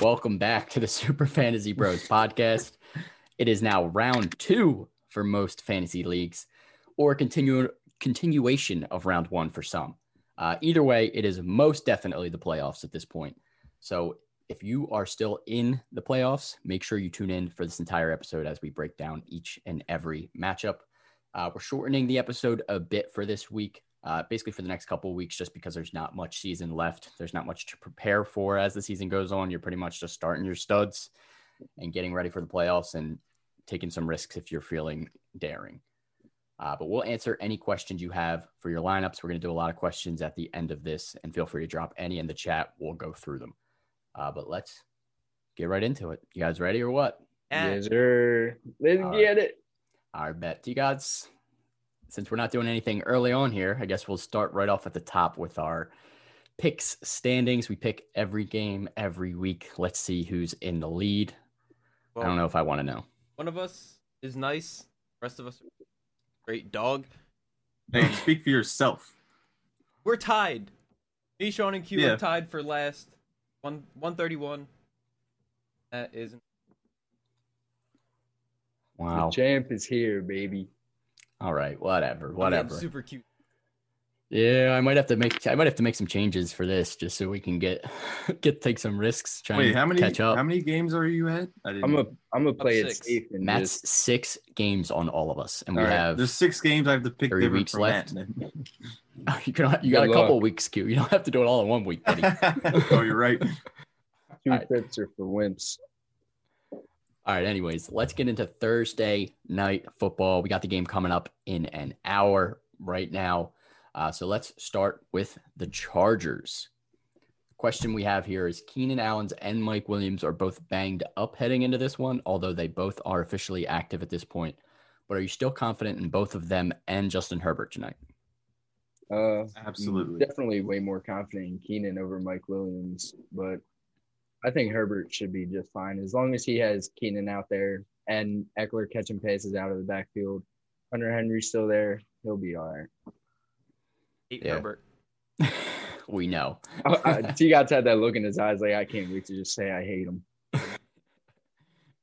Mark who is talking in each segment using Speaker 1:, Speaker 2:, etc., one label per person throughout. Speaker 1: Welcome back to the Super Fantasy Bros podcast. It is now round two for most fantasy leagues, or continu- continuation of round one for some. Uh, either way, it is most definitely the playoffs at this point. So if you are still in the playoffs, make sure you tune in for this entire episode as we break down each and every matchup. Uh, we're shortening the episode a bit for this week, uh, basically for the next couple of weeks, just because there's not much season left. There's not much to prepare for as the season goes on. You're pretty much just starting your studs and getting ready for the playoffs and taking some risks if you're feeling daring. Uh, but we'll answer any questions you have for your lineups. We're going to do a lot of questions at the end of this, and feel free to drop any in the chat. We'll go through them. Uh, but let's get right into it. You guys ready or what?
Speaker 2: And
Speaker 3: sir. Let's
Speaker 1: All
Speaker 3: get it.
Speaker 1: I bet you guys, since we're not doing anything early on here, I guess we'll start right off at the top with our picks standings. We pick every game every week. Let's see who's in the lead. I don't know if I want to know.
Speaker 2: One of us is nice. Rest of us are great dog.
Speaker 4: Hey, speak for yourself.
Speaker 2: We're tied. Me, Sean, and Q
Speaker 4: Yeah.
Speaker 2: are tied for last. One one thirty one. That is
Speaker 1: Wow.
Speaker 3: The champ is here, baby.
Speaker 1: All right. Whatever.
Speaker 2: I mean, I'm
Speaker 1: Whatever.
Speaker 2: super cute.
Speaker 1: Yeah, I might have to make I might have to make some changes for this just so we can get get take some risks. Trying
Speaker 4: Wait, how many
Speaker 1: catch up?
Speaker 4: how many games are you at? I didn't.
Speaker 3: I'm a I'm gonna play it
Speaker 2: six.
Speaker 3: safe and
Speaker 1: Matt's
Speaker 3: just
Speaker 1: six games on all of us, and we
Speaker 3: All right,
Speaker 1: have
Speaker 4: There's six games I have to pick
Speaker 1: three
Speaker 4: different
Speaker 1: weeks
Speaker 4: from
Speaker 1: left.
Speaker 4: Matt.
Speaker 1: you can you got
Speaker 3: Good
Speaker 1: a couple weeks, Q. You don't have to do it all in one week, buddy.
Speaker 4: oh, you're right.
Speaker 3: two
Speaker 1: Alright.
Speaker 3: pips are for wimps.
Speaker 1: All right, anyways, let's get into Thursday night football. We got the game coming up in an hour right now. Uh, so let's start with the Chargers. Question we have here is Keenan Allen's and Mike Williams are both banged up heading into this one, although they both are officially active at this point. But are you still confident in both of them and Justin Herbert tonight?
Speaker 3: Uh
Speaker 4: Absolutely.
Speaker 3: definitely way more confident in Keenan over Mike Williams, but I think Herbert should be just fine as long as he has Keenan out there and Eckler catching passes out of the backfield. Hunter Henry's still there. He'll be all right.
Speaker 2: Hate
Speaker 1: Yeah.
Speaker 2: Herbert.
Speaker 1: we know.
Speaker 3: I- I- Uh, T. Gott's had that look in his eyes like I can't wait to just say I hate him.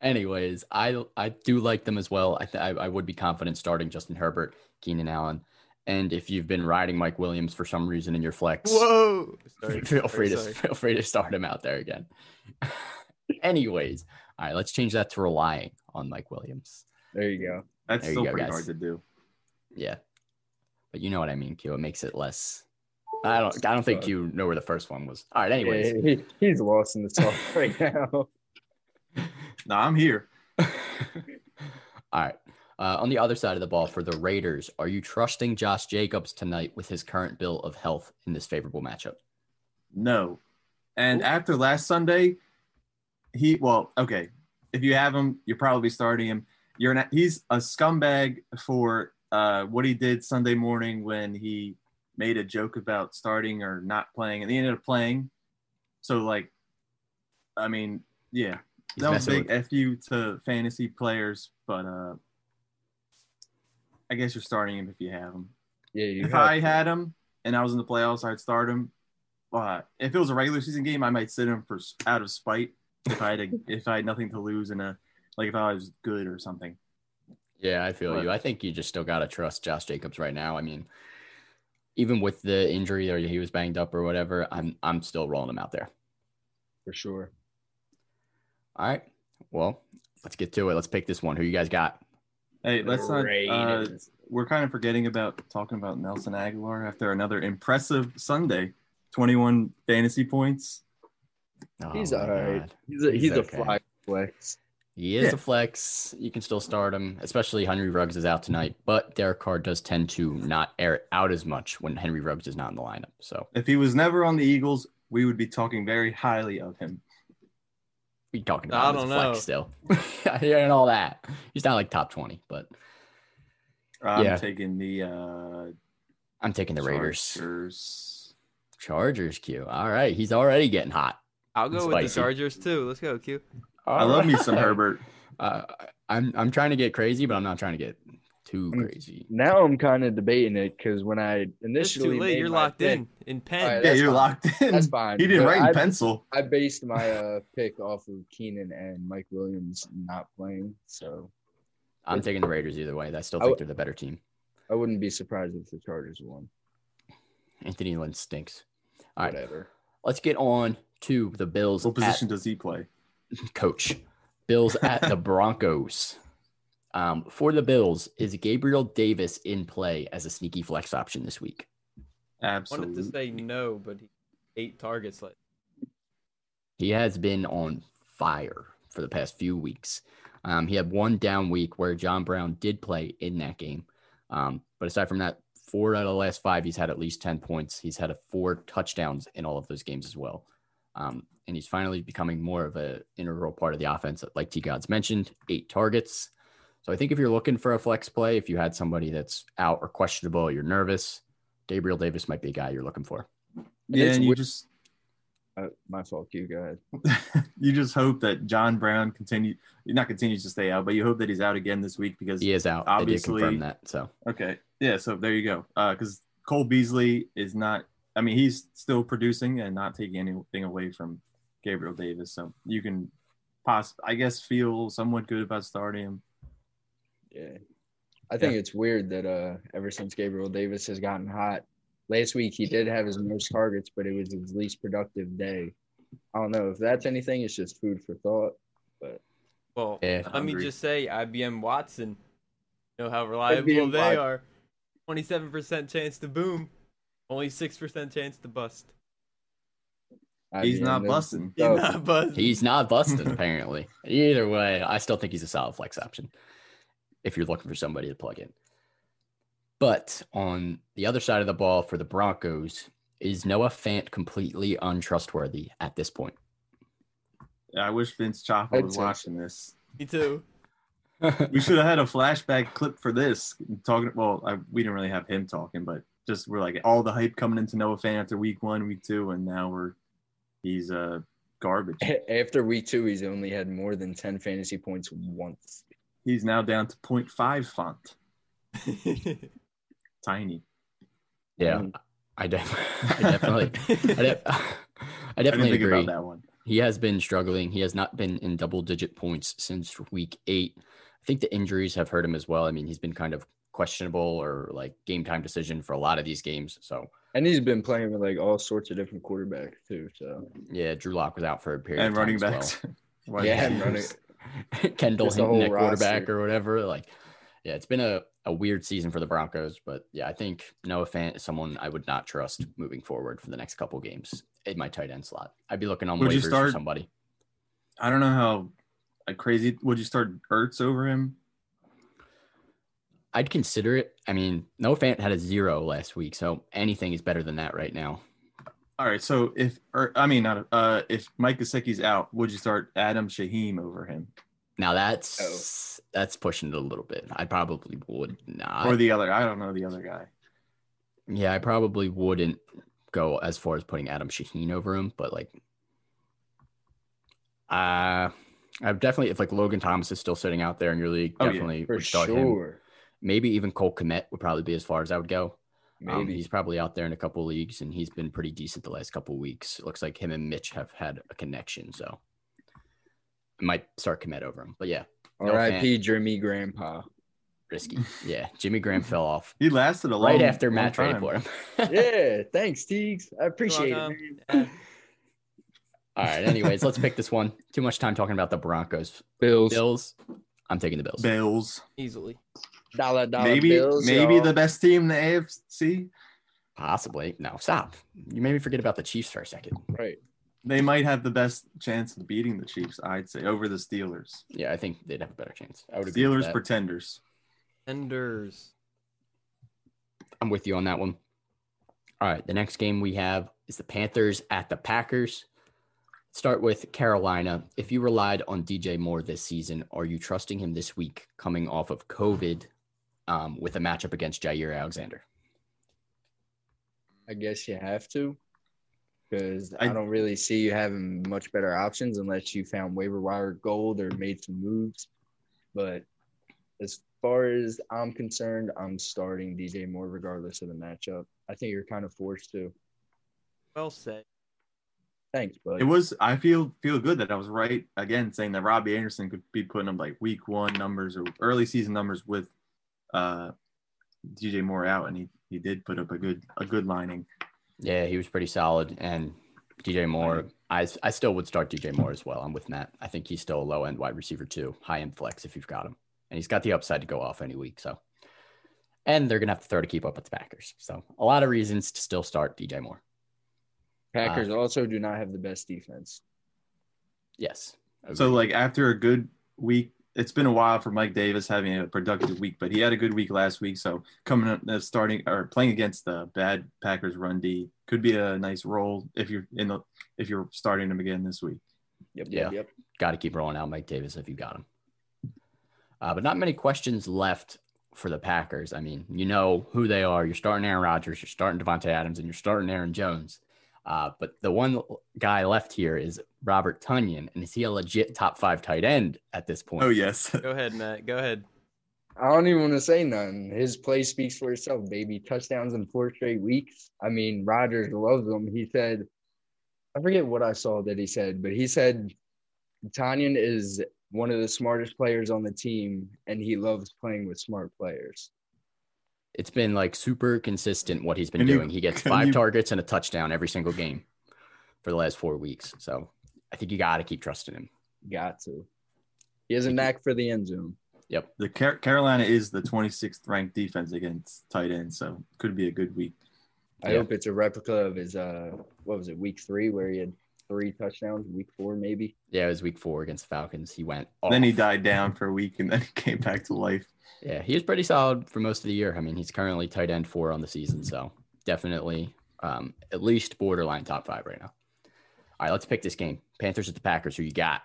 Speaker 1: Anyways, I I do like them as well. I th- I, I would be confident starting Justin Herbert, Keenan Allen, and if you've been riding Mike Williams for some reason in your flex,
Speaker 2: Whoa.
Speaker 1: feel free to
Speaker 2: sorry.
Speaker 1: feel free to start him out there again. Anyways, all right, let's change that to relying on Mike Williams.
Speaker 3: There you go.
Speaker 4: That's
Speaker 1: There you
Speaker 4: still
Speaker 1: go,
Speaker 4: pretty
Speaker 1: guys.
Speaker 4: hard to do.
Speaker 1: Yeah, but you know what I mean, Q. It makes it less. I don't I don't think you know where the first one was. All right, anyways,
Speaker 3: Yeah, he- he's lost in the sauce right now.
Speaker 4: No, I'm here.
Speaker 1: All right. Uh, on the other side of the ball for the Raiders, are you trusting Josh Jacobs tonight with his current bill of health in this favorable matchup?
Speaker 4: No. And after last Sunday, he well, okay. If you have him, you're probably starting him. You're not, he's a scumbag for uh, what he did Sunday morning when he made a joke about starting or not playing, and he ended up playing. So like, I mean, yeah,
Speaker 1: He's
Speaker 4: that was a
Speaker 1: messing
Speaker 4: big fu to fantasy players, but uh, I guess you're starting him if you have him
Speaker 3: Yeah, you
Speaker 4: if I had him and I was in the playoffs, I'd start him. But if it was a regular season game, I might sit him for out of spite if I had a, if I had nothing to lose and a like if I was good or something.
Speaker 1: Yeah, I feel
Speaker 4: Right.
Speaker 1: you. I think you just still got to trust Josh Jacobs right now. I mean, even with the injury or he was banged up or whatever, I'm I'm still rolling him out there.
Speaker 3: for sure.
Speaker 1: All right. Well, let's get to it. Let's pick this one. Who you guys got?
Speaker 4: Hey, let's not. Uh,
Speaker 3: Raiders.
Speaker 4: we're kind of forgetting about talking about Nelson Aguilar after another impressive Sunday, twenty-one fantasy points.
Speaker 1: Oh
Speaker 3: he's
Speaker 1: my
Speaker 3: all right.
Speaker 1: God.
Speaker 3: He's a he's,
Speaker 1: he's
Speaker 3: a
Speaker 1: okay.
Speaker 3: fly flex.
Speaker 1: He is
Speaker 4: Yeah.
Speaker 1: a flex. You can still start him, especially Henry Ruggs is out tonight. But Derek Carr does tend to not air out as much when Henry Ruggs is not in the lineup. So
Speaker 4: If he was never on the Eagles, we would be talking very highly of him.
Speaker 1: we talking about
Speaker 2: I
Speaker 1: him as a
Speaker 2: don't
Speaker 1: flex still. yeah, and all that. He's not like top twenty, but
Speaker 4: I'm
Speaker 1: Yeah.
Speaker 4: taking the uh,
Speaker 1: I'm taking the Raiders.
Speaker 4: Chargers.
Speaker 1: Chargers Q. All right. He's already getting hot.
Speaker 2: I'll go with
Speaker 1: Spicy.
Speaker 2: the Chargers too. Let's go, Q.
Speaker 4: I love me some
Speaker 1: Alright.
Speaker 4: Herbert.
Speaker 1: Uh, I'm I'm trying to get crazy, but I'm not trying to get too
Speaker 3: Mm.
Speaker 1: crazy.
Speaker 3: Now I'm kind of debating it because when I
Speaker 2: It's
Speaker 3: initially
Speaker 2: too late.
Speaker 3: made
Speaker 2: You're
Speaker 3: my
Speaker 2: locked
Speaker 3: pick-
Speaker 2: in in pen.
Speaker 3: All right,
Speaker 4: yeah,
Speaker 3: that's
Speaker 4: you're
Speaker 3: fine.
Speaker 4: locked in.
Speaker 3: That's fine.
Speaker 4: He didn't
Speaker 3: but
Speaker 4: write in
Speaker 3: I,
Speaker 4: pencil.
Speaker 3: I based my uh, pick off of Keenan and Mike Williams not playing, so
Speaker 1: I'm taking the Raiders either way. I still
Speaker 3: I
Speaker 1: think
Speaker 3: w-
Speaker 1: they're the better team.
Speaker 3: I wouldn't be surprised if the Chargers won.
Speaker 1: Anthony Lynn stinks. All right,
Speaker 3: Whatever.
Speaker 1: let's get on to the Bills.
Speaker 4: What
Speaker 1: at-
Speaker 4: position does he play?
Speaker 1: coach. Bills at the Broncos. Um, for the Bills, is Gabriel Davis in play as a sneaky flex option this week?
Speaker 2: I wanted
Speaker 4: Absolutely.
Speaker 2: to say no, but he eight targets. Like
Speaker 1: He has been on fire for the past few weeks. Um, he had one down week where John Brown did play in that game. Um, but aside from that, four out of the last five, he's had at least 10 points. He's had a four touchdowns in all of those games as well. Um, and he's finally becoming more of an integral part of the offense, like T God's mentioned, eight targets. So I think if you're looking for a flex play, if you had somebody that's out or questionable, you're nervous, Gabriel Davis might be a guy you're looking for.
Speaker 4: yeah,
Speaker 3: it's
Speaker 4: and you
Speaker 3: weird-
Speaker 4: just
Speaker 3: Uh, my fault. You go ahead.
Speaker 4: you just hope that John Brown continue not continues to stay out, but you hope that he's out again this week because
Speaker 1: He is out. they did
Speaker 4: Obviously-
Speaker 1: confirm that. So
Speaker 4: okay, yeah. So there you go. Because Cole Beasley is not. I mean, he's still producing and not taking anything away from Gabriel Davis. So you can, poss- I guess, feel somewhat good about starting him.
Speaker 3: Yeah. I think it's weird that uh ever since Gabriel Davis has gotten hot, last week he did have his most targets, but it was his least productive day. I don't know if that's anything, it's just food for thought.
Speaker 2: well,
Speaker 1: Yeah,
Speaker 2: let me
Speaker 4: agree.
Speaker 2: just say, IBM Watson. You know how reliable
Speaker 3: IBM
Speaker 2: they
Speaker 3: Watson.
Speaker 2: are. Twenty-seven percent chance to boom, only six percent chance to bust.
Speaker 3: I
Speaker 4: He's
Speaker 3: mean,
Speaker 4: not
Speaker 3: the-
Speaker 4: busting.
Speaker 2: He's
Speaker 3: Oh.
Speaker 2: not busting.
Speaker 1: He's not busted, apparently. Either way, I still think he's a solid flex option if you're looking for somebody to plug in. But on the other side of the ball for the Broncos, is Noah Fant completely untrustworthy at this point?
Speaker 4: I wish Vince Chopper
Speaker 3: I'd
Speaker 4: was
Speaker 3: say so.
Speaker 4: watching this.
Speaker 2: Me too.
Speaker 4: We should have had a flashback clip for this. Talking, well, I, we didn't really have him talking, but just we're like all the hype coming into Noah Fan after week one, week two, and now we're he's uh garbage.
Speaker 3: After week two, he's only had more than 10 fantasy points once.
Speaker 4: He's now down to 0.5 font, tiny.
Speaker 1: yeah,
Speaker 3: Mm.
Speaker 1: Um, I, def- I definitely, I, de- I
Speaker 4: I didn't
Speaker 1: definitely
Speaker 4: think
Speaker 1: agree.
Speaker 4: about that one.
Speaker 1: He has been struggling. He has not been in double digit points since week eight. I think the injuries have hurt him as well. I mean, he's been kind of questionable or like game time decision for a lot of these games. So
Speaker 3: And he's been playing with like all sorts of different quarterbacks too. So
Speaker 1: Yeah, Drew Lock was out for a period.
Speaker 4: And
Speaker 1: of time
Speaker 4: running
Speaker 1: as well.
Speaker 4: backs. Wide
Speaker 3: Yeah, and
Speaker 4: receivers.
Speaker 1: Kendall
Speaker 3: Just the
Speaker 1: Hinton
Speaker 3: whole
Speaker 1: at quarterback
Speaker 3: roster.
Speaker 1: or whatever. Like, yeah, it's been a, a weird season for the Broncos, but yeah, I think Noah Fant is someone I would not trust moving forward for the next couple games in my tight end slot. I'd be looking on
Speaker 4: Would you
Speaker 1: waivers for
Speaker 4: start-
Speaker 1: somebody.
Speaker 4: I don't know how a crazy would you start Ertz over him?
Speaker 1: I'd consider it. I mean, Noah Fant had a zero last week, so anything is better than that right now.
Speaker 4: All right, so if or, I mean not uh if Mike Gesicki's out, would you start Adam Shaheem over him
Speaker 1: Now
Speaker 3: Oh.
Speaker 1: that's that's pushing it a little bit. I probably would not.
Speaker 4: or the other? I don't know the other guy.
Speaker 1: Yeah, I probably wouldn't go as far as putting Adam Shaheen over him, but like, uh, I've definitely if like Logan Thomas is still sitting out there in your league,
Speaker 4: Oh, yeah,
Speaker 1: definitely
Speaker 3: for
Speaker 1: would start him.
Speaker 3: sure.
Speaker 1: Maybe even Cole Komet would probably be as far as I would go. Um,
Speaker 3: Maybe.
Speaker 1: he's probably out there in a couple leagues, and he's been pretty decent the last couple weeks. It looks like him and Mitch have had a connection, so I might start Komet over him. But yeah, no
Speaker 3: R.I.P. Jeremy Grandpa.
Speaker 1: risky. yeah, Jimmy Graham fell off
Speaker 4: He lasted a long
Speaker 1: right after
Speaker 4: long
Speaker 1: Matt traded
Speaker 4: time.
Speaker 1: for him.
Speaker 3: yeah. Thanks, Teagues. I appreciate
Speaker 2: welcome.
Speaker 3: it.
Speaker 2: Yeah.
Speaker 3: Man.
Speaker 1: All right. Anyways, let's pick this one. Too much time talking about the Broncos.
Speaker 3: Bills.
Speaker 1: Bills. I'm taking the Bills.
Speaker 4: Bills.
Speaker 2: Easily.
Speaker 3: Dollar, dollar
Speaker 4: maybe
Speaker 3: bills,
Speaker 4: maybe
Speaker 3: y'all.
Speaker 4: the best team in the AFC.
Speaker 1: Possibly. No, stop. You made me forget about the Chiefs for a second.
Speaker 3: right.
Speaker 4: They might have the best chance of beating the Chiefs, I'd say, over the Steelers.
Speaker 1: Yeah, I think they'd have a better chance. I would agree. with
Speaker 4: Steelers
Speaker 1: that.
Speaker 4: pretenders.
Speaker 2: Enders.
Speaker 1: I'm with you on that one. All right. The next game we have is the Panthers at the Packers. Start with Carolina. If you relied on DJ Moore this season, are you trusting him this week coming off of COVID um, with a matchup against Jair Alexander?
Speaker 3: I guess you have to, because I,
Speaker 4: I-
Speaker 3: don't really see you having much better options unless you found waiver wire gold or made some moves. But as far as I'm concerned, I'm starting DJ Moore regardless of the matchup. I think you're kind of forced to.
Speaker 2: Well said.
Speaker 3: Thanks, but
Speaker 4: It was. I feel feel good that I was right again, saying that Robbie Anderson could be putting up like week one numbers or early season numbers with uh, DJ Moore out, and he, he did put up a good a good lining.
Speaker 1: Yeah, he was pretty solid. And DJ Moore, I, I still would start DJ Moore as well. I'm with Matt. I think he's still a low end wide receiver too, high end flex if you've got him, and he's got the upside to go off any week. So, and they're gonna have to throw to keep up with the Packers. So, a lot of reasons to still start DJ Moore.
Speaker 3: Packers also do not have the best defense.
Speaker 1: Yes.
Speaker 4: So like after a good week, it's been a while for Mike Davis having a productive week, but he had a good week last week. So coming up uh, starting or playing against the bad Packers run D could be a nice role if you're in the if you're starting him again this week.
Speaker 3: Yep,
Speaker 1: Yeah.
Speaker 3: yep, yep.
Speaker 1: got to keep rolling out Mike Davis if you got him. Uh, but not many questions left for the Packers. I mean, you know who they are. You're starting Aaron Rodgers, you're starting Devontae Adams, and you're starting Aaron Jones. Uh, but the one guy left here is Robert Tunyon, and is he a legit top five tight end at this point?
Speaker 4: Oh yes,
Speaker 2: Go ahead, Matt. Go ahead.
Speaker 3: I don't even want to say nothing. His play speaks for itself, baby. Touchdowns in four straight weeks. I mean, Rodgers loves him. He said, I forget what I saw that he said, but he said Tanyan is one of the smartest players on the team, and he loves playing with smart players.
Speaker 1: It's been like super consistent what he's been
Speaker 4: Can you-
Speaker 1: doing. he gets
Speaker 4: can
Speaker 1: five
Speaker 4: you-
Speaker 1: targets and a touchdown every single game for the last four weeks. So I think you got to keep trusting him.
Speaker 3: Got to. He has a knack for the end zone.
Speaker 4: the Car- Carolina is the 26th ranked defense against tight end, so could be a good week.
Speaker 3: I
Speaker 1: Yeah.
Speaker 3: hope it's a replica of his uh what was it, week three where he had three touchdowns, week four maybe.
Speaker 1: Yeah, it was week four against the Falcons. He went off.
Speaker 4: Then he died down for a week, and then he came back to life.
Speaker 1: Yeah, he was pretty solid for most of the year. I mean, he's currently tight end four on the season, so definitely um, at least borderline top five right now. All right, let's pick this game. Panthers at the Packers. Who you got?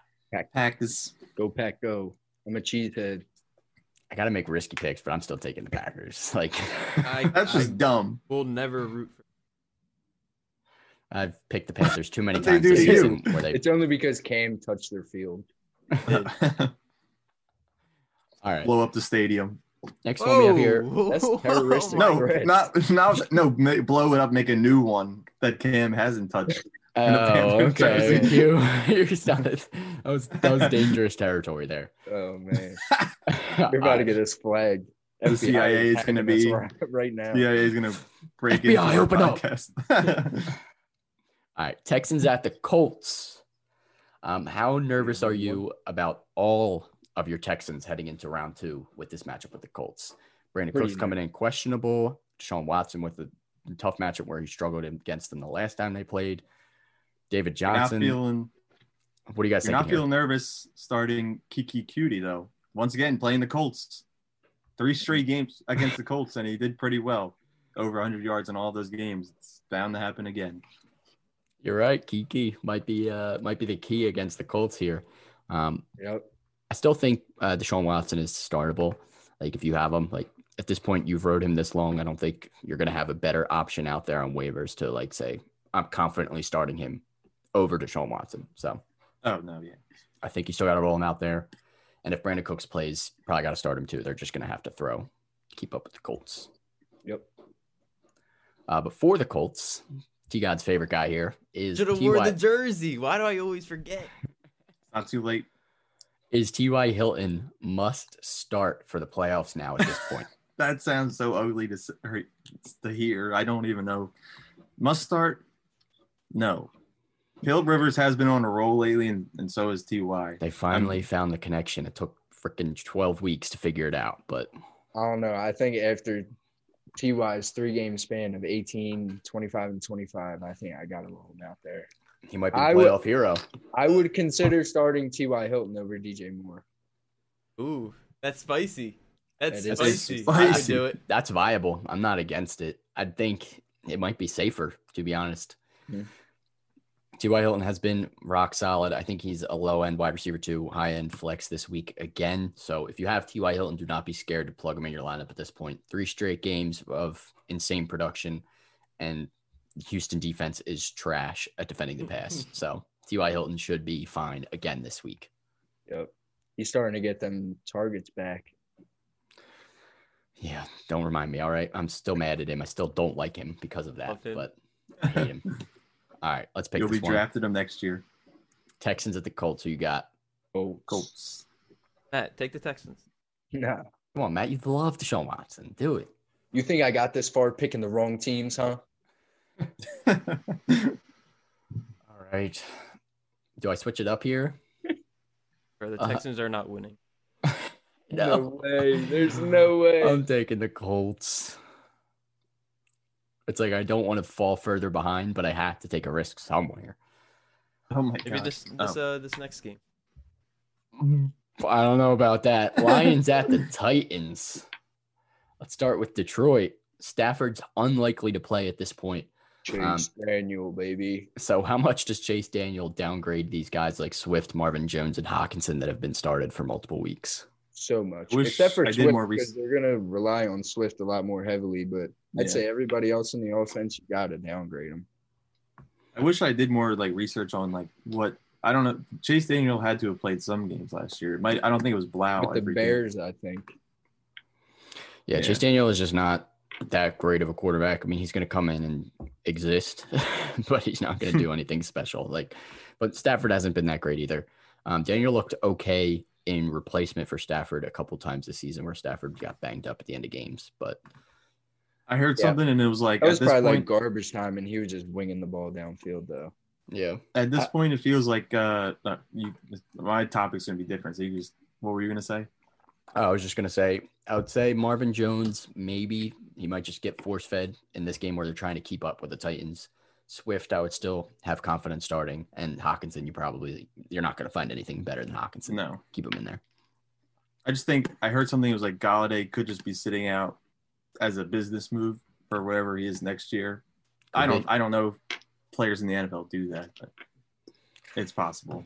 Speaker 4: Packers.
Speaker 3: Go pack go. I'm a cheesehead.
Speaker 1: I got to make risky picks, but I'm still taking the Packers. Like
Speaker 2: I,
Speaker 4: That's
Speaker 2: I
Speaker 4: just dumb.
Speaker 2: will never root for.
Speaker 1: I've picked the Panthers too many
Speaker 4: What'd they
Speaker 1: times this
Speaker 4: do
Speaker 3: to you?
Speaker 1: season where they.
Speaker 3: It's only because Cam touched their field.
Speaker 1: All right,
Speaker 4: Blow up the stadium.
Speaker 1: next one we have here.
Speaker 2: Whoa.
Speaker 3: That's terroristic.
Speaker 4: No,
Speaker 3: Right.
Speaker 4: not not no. ma- Blow it up. Make a new one that Cam hasn't touched.
Speaker 1: Oh,
Speaker 4: Panthers
Speaker 1: okay.
Speaker 3: jersey.
Speaker 1: You, you sounded, that was that was dangerous territory there.
Speaker 3: Oh man,
Speaker 1: All
Speaker 3: you're about to
Speaker 1: right.
Speaker 3: get this flag.
Speaker 4: The
Speaker 3: FBI
Speaker 4: CIA is
Speaker 3: hacking
Speaker 4: gonna
Speaker 3: us
Speaker 4: be-
Speaker 3: right, right now.
Speaker 4: Yeah, he's gonna break
Speaker 1: FBI,
Speaker 4: into our
Speaker 1: open up.
Speaker 4: podcast.
Speaker 1: All right, Texans at the Colts. Um, how nervous are you about all of your Texans heading into round two with this matchup with the Colts? Brandon
Speaker 3: Pretty
Speaker 1: Cooks coming in questionable. Deshaun Watson with a tough matchup where he struggled against them the last time they played. David
Speaker 4: You're not
Speaker 1: Johnson.
Speaker 4: feeling.
Speaker 1: what do you guys
Speaker 4: You're
Speaker 1: think?
Speaker 4: not feeling nervous starting Kiki Cutie though. Once again, playing the Colts. Three straight games against the Colts, and he did pretty well. Over 100 yards in all those games. It's bound to happen again.
Speaker 1: You're right. Kiki might be uh, might be the key against the Colts here. Um,
Speaker 3: Yep.
Speaker 1: I still think uh, Deshaun Watson is startable. Like if you have him, like at this point you've rode him this long, I don't think you're gonna have a better option out there on waivers to like say I'm confidently starting him over Deshaun Watson. So
Speaker 4: Oh no, yeah.
Speaker 1: I think you still got to roll him out there. And if Brandon Cooks plays, you probably got to start him too. They're just gonna have to throw, keep up with the Colts.
Speaker 3: Yep.
Speaker 1: Uh, but for the Colts, T God's favorite guy here is
Speaker 2: Should have wore
Speaker 1: T.Y.
Speaker 2: the jersey. Why do I always forget?
Speaker 4: It's not too late.
Speaker 1: is T.Y. Hilton must start for the playoffs now at this point.
Speaker 4: That sounds so ugly to s- or to hear. I don't even know. Must start? No. Caleb Rivers has been on a roll lately, and, and so is Ty.
Speaker 1: They finally found the connection. It took freaking 12 weeks to figure it out, but
Speaker 3: I don't know. I think after Ty's three game span of 18, 25, and 25, I think I got to roll him out there.
Speaker 1: he might be the
Speaker 3: I would-
Speaker 1: playoff hero.
Speaker 3: I would consider starting Ty Hilton over DJ Moore.
Speaker 2: Ooh, that's spicy. That's
Speaker 3: That is
Speaker 2: spicy.
Speaker 4: spicy.
Speaker 2: I would do it.
Speaker 1: That's viable. I'm not against it. I think it might be safer, to be honest.
Speaker 3: Yeah.
Speaker 1: T.Y. Hilton has been rock solid. I think he's a low end wide receiver, too, high end flex this week again. So if you have T.Y. Hilton, do not be scared to plug him in your lineup at this point. Three straight games of insane production, and Houston defense is trash at defending the pass. so T.Y. Hilton should be fine again this week.
Speaker 3: Yep. He's starting to get them targets back.
Speaker 1: Yeah, don't remind me. All right, I'm still mad at him. I still don't like him because of that.
Speaker 2: Loved him.
Speaker 1: But I hate him. All right, let's pick
Speaker 4: You'll be
Speaker 1: this one.
Speaker 4: drafted them next year.
Speaker 1: Texans at the Colts. Who you got?
Speaker 3: Oh,
Speaker 4: Colts.
Speaker 2: Matt, take the Texans.
Speaker 3: Nah.
Speaker 1: Come on, Matt. You love Deshaun Watson. Do it.
Speaker 3: You think I got this far picking the wrong teams, huh?
Speaker 4: Oh
Speaker 1: All right. Do I switch it up here?
Speaker 2: Bro, the
Speaker 1: Uh,
Speaker 2: Texans are not winning.
Speaker 3: way. There's no way.
Speaker 4: Um,
Speaker 1: I'm taking the Colts. It's like I don't want to fall further behind, but I have to take a risk somewhere.
Speaker 4: oh my
Speaker 2: Maybe
Speaker 4: god.
Speaker 2: this this uh this next game.
Speaker 1: I don't know about that. Lions at the Titans. Let's start with Detroit. Stafford's unlikely to play at this point.
Speaker 3: Chase Daniel, baby.
Speaker 1: So, how much does Chase Daniel downgrade these guys like Swift, Marvin Jones, and Hawkinson that have been started for multiple weeks?
Speaker 3: So much.
Speaker 4: Wish
Speaker 3: Except for
Speaker 4: I did
Speaker 3: Swift,
Speaker 4: more
Speaker 3: because
Speaker 4: research.
Speaker 3: they're gonna rely on Swift a lot more heavily. But I'd
Speaker 4: Yeah.
Speaker 3: say everybody else in the offense, you gotta downgrade them.
Speaker 4: I wish I did more like research on like what I don't know. Chase Daniel had to have played some games last year. It Might Oh, I don't think it was Blau.
Speaker 3: With the
Speaker 4: every game.
Speaker 3: Bears, I think.
Speaker 1: Yeah, Chase Daniel is just not that great of a quarterback. I mean, he's going to come in and exist, but he's not going to do anything special. Like, but Stafford hasn't been that great either. Um, Daniel looked okay in replacement for Stafford a couple times this season where Stafford got banged up at the end of games, but
Speaker 4: I heard
Speaker 3: Yeah.
Speaker 4: something and it was like
Speaker 3: That was
Speaker 4: at this
Speaker 3: probably
Speaker 4: point
Speaker 3: like garbage time, and he was just winging the ball downfield though.
Speaker 1: yeah.
Speaker 4: at this point it feels like uh uh, you, my topic's gonna be different. So you just what were you gonna say?
Speaker 1: I was just gonna say, I would say Marvin Jones, maybe he might just get force fed in this game where they're trying to keep up with the Titans. Swift, I would still have confidence starting, and Hawkinson, you probably you're not gonna find anything better than Hawkinson.
Speaker 4: No.
Speaker 1: Keep him in there.
Speaker 4: I just think I heard something that was like Galladay could just be sitting out as a business move for wherever he is next year. I
Speaker 1: Could
Speaker 4: don't
Speaker 1: be.
Speaker 4: I don't know if players in the NFL do that, but it's possible.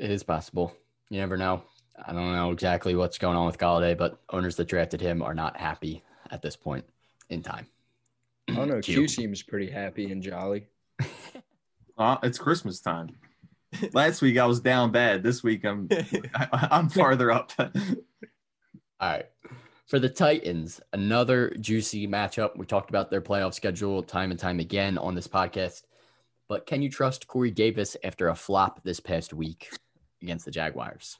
Speaker 1: It is possible. You never know. I don't know exactly what's going on with Galladay, but owners that drafted him are not happy at this point in time.
Speaker 3: I don't know.
Speaker 1: Q.
Speaker 3: Oh, Q, seems pretty happy and jolly.
Speaker 4: Uh, it's Christmas time. Last week I was down bad. This week I'm I, I'm farther up.
Speaker 1: All right. For the Titans, another juicy matchup. We talked about their playoff schedule time and time again on this podcast. But can you trust Corey Davis after a flop this past week against the Jaguars?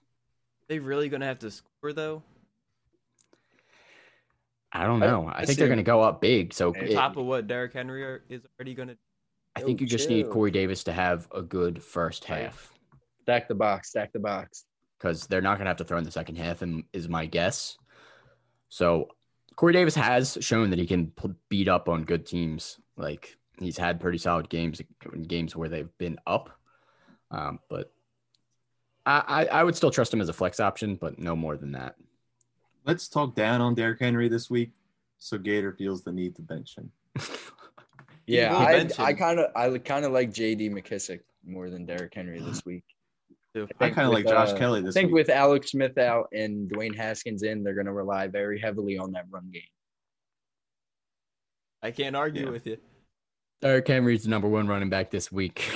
Speaker 2: they really gonna have to score though.
Speaker 1: I don't
Speaker 3: I-
Speaker 1: know. I,
Speaker 3: I
Speaker 1: think they're
Speaker 3: see.
Speaker 1: going to go up big. So
Speaker 3: On
Speaker 1: it-
Speaker 2: Top of what Derrick Henry are, is already gonna.
Speaker 1: I think you just need Corey Davis to have a good first
Speaker 3: Right.
Speaker 1: half
Speaker 3: Stack the box. Stack the box.
Speaker 1: because they're not going to have to throw in the second half, and is my guess. So Corey Davis has shown that he can p- beat up on good teams. Like he's had pretty solid games, games where they've been up. Um, but I, I, I would still trust him as a flex option, but no more than that.
Speaker 4: Let's talk down on Derrick Henry this week, so Gator feels the need to bench him.
Speaker 2: You
Speaker 3: Yeah,
Speaker 2: will
Speaker 3: I,
Speaker 2: bench
Speaker 3: I
Speaker 2: him.
Speaker 3: kind of I kind of like J.D. McKissick more than Derrick Henry this week.
Speaker 2: Do.
Speaker 4: I
Speaker 3: think
Speaker 4: kind of
Speaker 3: with,
Speaker 4: like Josh
Speaker 3: uh,
Speaker 4: Kelly
Speaker 3: I
Speaker 4: this
Speaker 3: think
Speaker 4: week.
Speaker 3: with Alex Smith out and Dwayne Haskins in, they're going to rely very heavily on that run game.
Speaker 2: I can't argue
Speaker 4: Yeah.
Speaker 2: with you.
Speaker 1: Derrick Henry's the number one running back this week.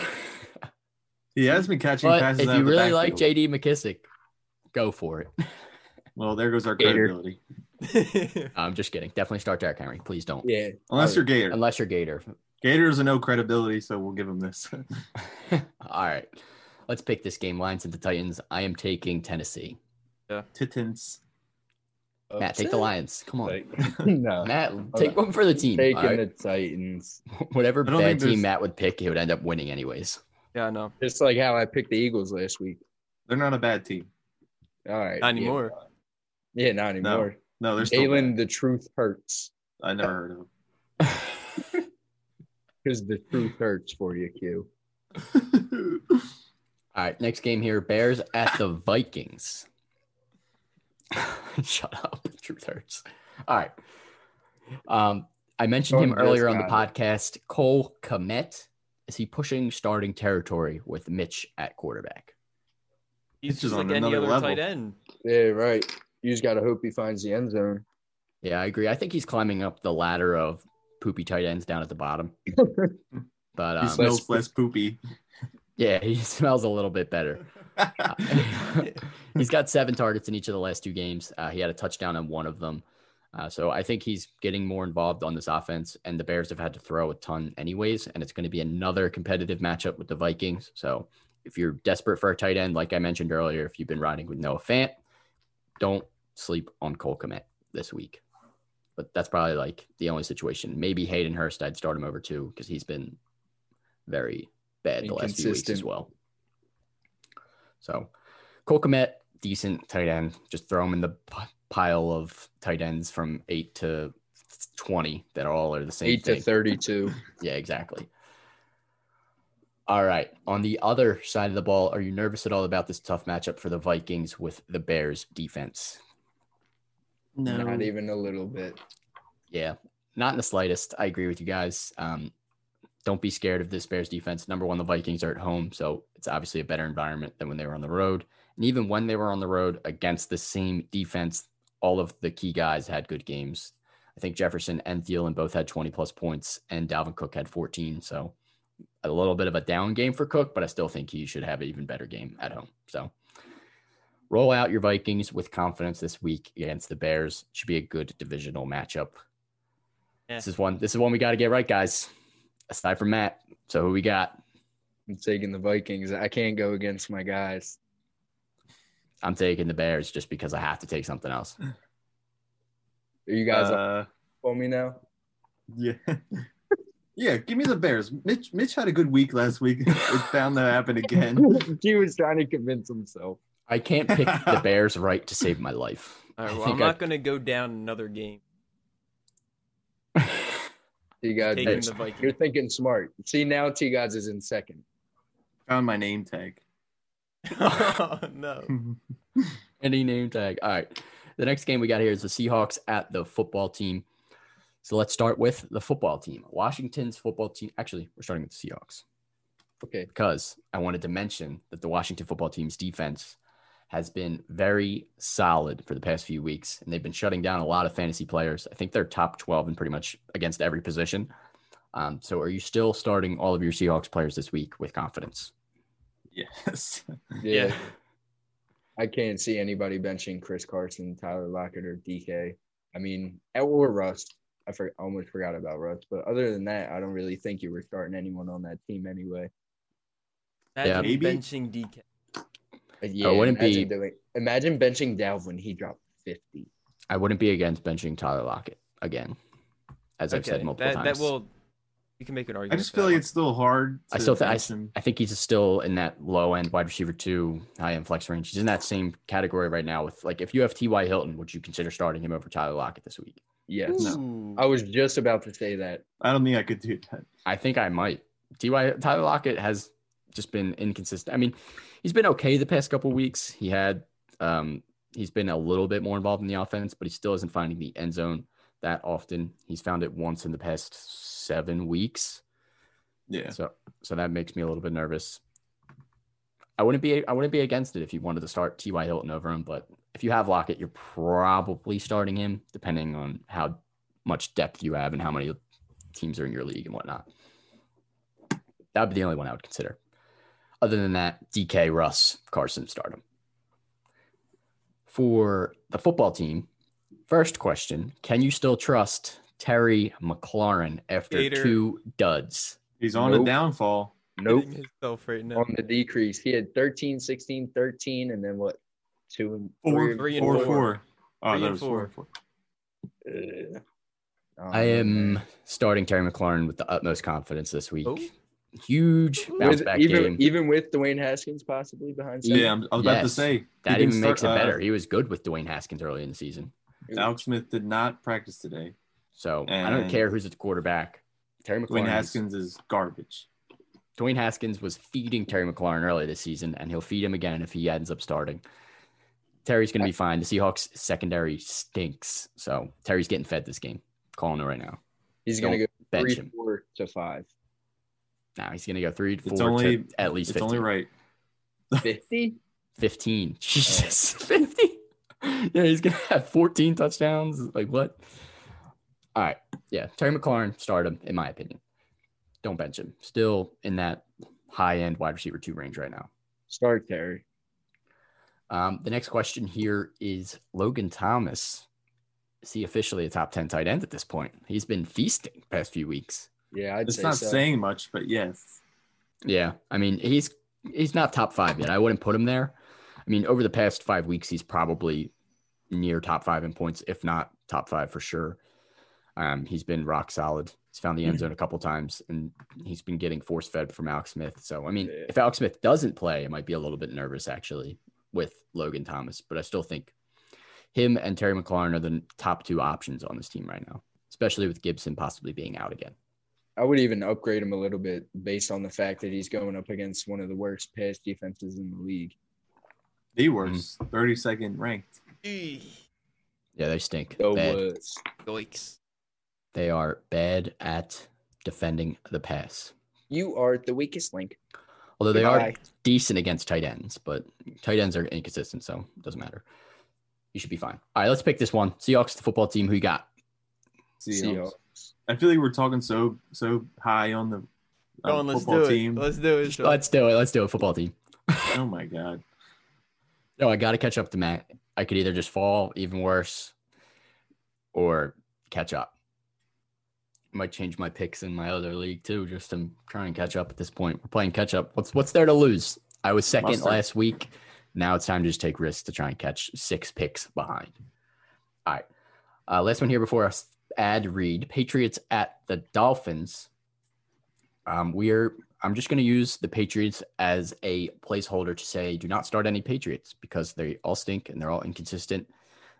Speaker 4: he has been catching
Speaker 1: but
Speaker 4: passes.
Speaker 1: if
Speaker 4: out
Speaker 1: you
Speaker 4: of the
Speaker 1: really like
Speaker 4: backfield.
Speaker 1: J.D. McKissick, go for it.
Speaker 4: well, there goes our
Speaker 3: Gator.
Speaker 4: credibility.
Speaker 1: I'm just kidding. Definitely start Derrick Henry. Please don't.
Speaker 3: Yeah,
Speaker 4: Unless you're Gator,
Speaker 1: Unless you're Gator.
Speaker 4: Gators are no credibility, so we'll give him this.
Speaker 1: All right. Let's pick this game. Lions and the Titans. I am taking Tennessee.
Speaker 4: Titans.
Speaker 1: Matt, take the Lions. Come on.
Speaker 3: no,
Speaker 1: Matt, take one for the team.
Speaker 3: taking
Speaker 1: all right?
Speaker 3: the Titans.
Speaker 1: Whatever
Speaker 4: I don't
Speaker 1: bad
Speaker 4: think there's-
Speaker 1: team Matt would pick, he would end up winning anyways.
Speaker 2: yeah, I know.
Speaker 3: Just like how I picked the Eagles last week.
Speaker 4: They're not a bad team.
Speaker 3: All right,
Speaker 2: Not anymore.
Speaker 3: Yeah, yeah not anymore.
Speaker 4: No, they're still.
Speaker 3: Jalen,
Speaker 4: bad.
Speaker 3: the truth hurts
Speaker 4: I never heard of them.
Speaker 3: because the truth hurts for you, Q.
Speaker 1: All right. Next game here Bears at the Vikings. Shut up. Truth hurts. All right. Um, I mentioned him
Speaker 3: Jordan
Speaker 1: earlier on the
Speaker 3: Prescott.
Speaker 1: podcast. Cole Komet. Is he pushing starting territory with Mitch at quarterback?
Speaker 2: He's
Speaker 4: It's
Speaker 2: just
Speaker 4: on
Speaker 2: like any
Speaker 4: another
Speaker 2: other
Speaker 4: level.
Speaker 2: tight end.
Speaker 3: Yeah, right. You just got to hope he finds the end zone.
Speaker 1: Yeah, I agree. I think he's climbing up the ladder of poopy tight ends down at the bottom. but
Speaker 4: he
Speaker 1: um,
Speaker 4: smells less poopy.
Speaker 1: yeah, he smells a little bit better. he's got seven targets in each of the last two games. Uh, he had a touchdown in one of them. Uh, so I think he's getting more involved on this offense, and the Bears have had to throw a ton anyways, and it's going to be another competitive matchup with the Vikings. So if you're desperate for a tight end, like I mentioned earlier, if you've been riding with Noah Fant, don't sleep on Cole Komet this week. But that's probably like the only situation. Maybe Hayden Hurst, I'd start him over too because he's been very bad the last few weeks as
Speaker 3: Inconsistent.
Speaker 1: well. So Cole Komet, decent tight end. Just throw him in the p- pile of tight ends from eight to 20 that all are the same
Speaker 3: Eight
Speaker 1: thing.
Speaker 3: to thirty-two.
Speaker 1: Yeah, exactly. All right. On the other side of the ball, are you nervous at all about this tough matchup for the Vikings with the Bears defense?
Speaker 4: No.
Speaker 3: Not even a little bit.
Speaker 1: Yeah, not in the slightest. I agree with you guys. Um, don't be scared of this Bears defense. Number one, the Vikings are at home, so it's obviously a better environment than when they were on the road. And even when they were on the road against the same defense, all of the key guys had good games. I think Jefferson and Thielen both had 20 plus points, and Dalvin Cook had 14. So a little bit of a down game for Cook, but I still think he should have an even better game at home. So roll out your Vikings with confidence this week against the Bears. Should be a good divisional matchup.
Speaker 2: Yeah.
Speaker 1: This is one. This is one we got to get right, guys. Aside from Matt, so who we got?
Speaker 3: I'm taking the Vikings. I can't go against my guys.
Speaker 1: I'm taking the Bears just because I have to take something else.
Speaker 3: Are you guys up
Speaker 4: Uh,
Speaker 3: on me now?
Speaker 4: yeah. yeah, give me the Bears. Mitch Mitch had a good week last week. it's bound to happen again.
Speaker 3: he was trying to convince himself.
Speaker 1: I can't pick the Bears right to save my life.
Speaker 2: All right,
Speaker 1: I
Speaker 2: well,
Speaker 1: think
Speaker 2: I'm
Speaker 1: I-
Speaker 2: not going to go down another game.
Speaker 3: T Gods.
Speaker 2: Taking the Vikings.
Speaker 3: You're thinking smart. See now T Gods is in second.
Speaker 4: Found my name tag.
Speaker 2: oh, no.
Speaker 1: Any name tag. All right. The next game we got here is the Seahawks at the football team. So let's start with the football team. Washington's football team. Actually, we're starting with the Seahawks.
Speaker 3: Okay.
Speaker 1: because I wanted to mention that the Washington football team's defense has been very solid for the past few weeks, and they've been shutting down a lot of fantasy players. I think they're top 12 in pretty much against every position. Um, so, are you still starting all of your Seahawks players this week with confidence?
Speaker 4: yes.
Speaker 3: Yeah.
Speaker 2: Yeah.
Speaker 3: I can't see anybody benching Chris Carson, Tyler Lockett, or DK. I mean, eh, or Rust. I for, almost forgot about Rust, but other than that, I don't really think you were starting anyone on that team anyway.
Speaker 1: Yeah.
Speaker 2: Imagine
Speaker 4: Maybe.
Speaker 2: benching DK.
Speaker 3: But yeah,
Speaker 1: wouldn't be-
Speaker 3: imagine doing- imagine benching Dalvin. He dropped fifty.
Speaker 1: I wouldn't be against benching Tyler Lockett again, as I've said multiple
Speaker 2: that,
Speaker 1: times.
Speaker 2: That will, you can make an argument.
Speaker 4: I just
Speaker 2: for that
Speaker 4: feel like
Speaker 2: one.
Speaker 4: it's still hard.
Speaker 1: I still think I,
Speaker 4: bench him.
Speaker 1: I think he's still in that low end wide receiver two, high end flex range. He's in that same category right now. With like, if you have T. Y. Hilton, would you consider starting him over Tyler Lockett this week?
Speaker 3: Yes,
Speaker 4: No.
Speaker 2: Ooh.
Speaker 3: I was just about to say that.
Speaker 4: I don't think I could do that.
Speaker 1: I think I might. Ty Tyler Lockett has just been inconsistent. I mean, he's been okay the past couple weeks. He had um, he's been a little bit more involved in the offense, but he still isn't finding the end zone that often. He's found it once in the past seven weeks.
Speaker 4: Yeah.
Speaker 1: So so that makes me a little bit nervous. I wouldn't be I wouldn't be against it if you wanted to start T.Y. Hilton over him, but if you have Lockett, you're probably starting him, depending on how much depth you have and how many teams are in your league and whatnot. That would be the only one I would consider. Other than that, DK, Russ, Carson, start him. For the football team, first question: Can you still trust Terry McLaurin after
Speaker 2: Gator.
Speaker 1: two duds?
Speaker 4: He's on a
Speaker 3: Nope.
Speaker 4: downfall.
Speaker 3: Nope.
Speaker 2: Hitting himself right now.
Speaker 3: on the decrease. He had 13, 16, 13, and then what? Two and
Speaker 4: Four,
Speaker 3: three,
Speaker 2: three
Speaker 4: three
Speaker 2: and
Speaker 4: four,
Speaker 2: four.
Speaker 4: four. Oh,
Speaker 2: Three
Speaker 4: that
Speaker 2: and
Speaker 4: was four.
Speaker 2: four.
Speaker 4: and four.
Speaker 3: Ugh. don't
Speaker 1: I
Speaker 3: know,
Speaker 1: am
Speaker 3: man.
Speaker 1: starting Terry McLaurin with the utmost confidence this week.
Speaker 2: Oh.
Speaker 1: Huge
Speaker 2: With
Speaker 1: bounce
Speaker 3: With-
Speaker 1: back
Speaker 3: Oh, even
Speaker 1: game.
Speaker 3: even with Dwayne Haskins possibly behind. center?
Speaker 4: Yeah, I'm, I was about to
Speaker 1: Yes.
Speaker 4: say
Speaker 1: that
Speaker 4: he
Speaker 1: even
Speaker 4: didn't
Speaker 1: makes
Speaker 4: start-
Speaker 1: it better.
Speaker 4: uh,
Speaker 1: he was good with Dwayne Haskins early in the season.
Speaker 4: Alex Smith did not practice today.
Speaker 1: So I don't
Speaker 4: And-
Speaker 1: care who's at the quarterback. Terry McLaurin.
Speaker 4: Dwayne
Speaker 1: is-
Speaker 4: Haskins is garbage.
Speaker 1: Dwayne Haskins was feeding Terry McLaurin early this season, and he'll feed him again if he ends up starting. Terry's going to be fine. The Seahawks secondary stinks. So Terry's getting fed this game. Calling it right now.
Speaker 3: He's gonna go
Speaker 1: Bench
Speaker 3: three,
Speaker 1: him.
Speaker 3: four to five.
Speaker 1: Now he's going to go three, four,
Speaker 4: It's
Speaker 1: to
Speaker 4: only
Speaker 1: at least
Speaker 4: It's
Speaker 1: 15.
Speaker 4: only right.
Speaker 3: Fifty.
Speaker 1: 15. Jesus, 50. Yeah, he's gonna have 14 touchdowns. Like what? All right. Yeah, Terry McLaurin, start him, in my opinion. Don't bench him. Still in that high end wide receiver two range right now.
Speaker 3: Start Terry.
Speaker 1: Um, the next question here is Logan Thomas Is he officially a top 10 tight end at this point? He's been feasting past few weeks.
Speaker 3: Yeah, I'd
Speaker 4: It's
Speaker 3: say
Speaker 4: not
Speaker 3: so.
Speaker 4: saying much, but yes.
Speaker 1: Yeah. I mean, he's he's not top five yet. I wouldn't put him there. I mean, over the past five weeks, he's probably near top five in points, if not top five for sure. Um, he's been rock solid. He's found the end zone a couple times, and he's been getting force fed from Alex Smith. So, I mean,
Speaker 3: Yeah.
Speaker 1: if Alex Smith doesn't play, I might be a little bit nervous actually with Logan Thomas, but I still think him and Terry McLaurin are the top two options on this team right now, especially with Gibson possibly being out again.
Speaker 3: I would even upgrade him a little bit based on the fact that he's going up against one of the worst pass defenses in the league.
Speaker 1: Mm-hmm.
Speaker 4: The worst, 32nd ranked.
Speaker 1: Yeah, they stink.
Speaker 3: So
Speaker 1: Bad.
Speaker 3: was
Speaker 2: Yikes.
Speaker 1: They are bad at defending the pass.
Speaker 3: you are the weakest link.
Speaker 1: Although they are
Speaker 3: Goodbye.
Speaker 1: decent against tight ends, but tight ends are inconsistent, so it doesn't matter. You should be fine. All right, let's pick this one. Seahawks, the football team. Who you got?
Speaker 4: Seahawks.
Speaker 3: Seahawks.
Speaker 4: I feel like we're talking so so high on the
Speaker 2: Go
Speaker 4: um,
Speaker 2: on, let's
Speaker 4: football
Speaker 2: do it.
Speaker 4: team.
Speaker 2: Let's do it. Sean.
Speaker 1: Let's do it. Let's do it. Football team.
Speaker 4: Oh my god.
Speaker 1: No, I got to catch up to Matt. I could either just fall even worse or catch up. might change my picks in my other league too, just to try and catch up at this point. We're playing catch up. What's what's there to lose? I was second
Speaker 4: Mustard.
Speaker 1: last week. Now it's time to just take risks to try and catch six picks behind. All right. Uh, last one here before us ad read Patriots at the Dolphins. Um, we're I'm just going to use the Patriots as a placeholder to say do not start any Patriots because they all stink and they're all inconsistent.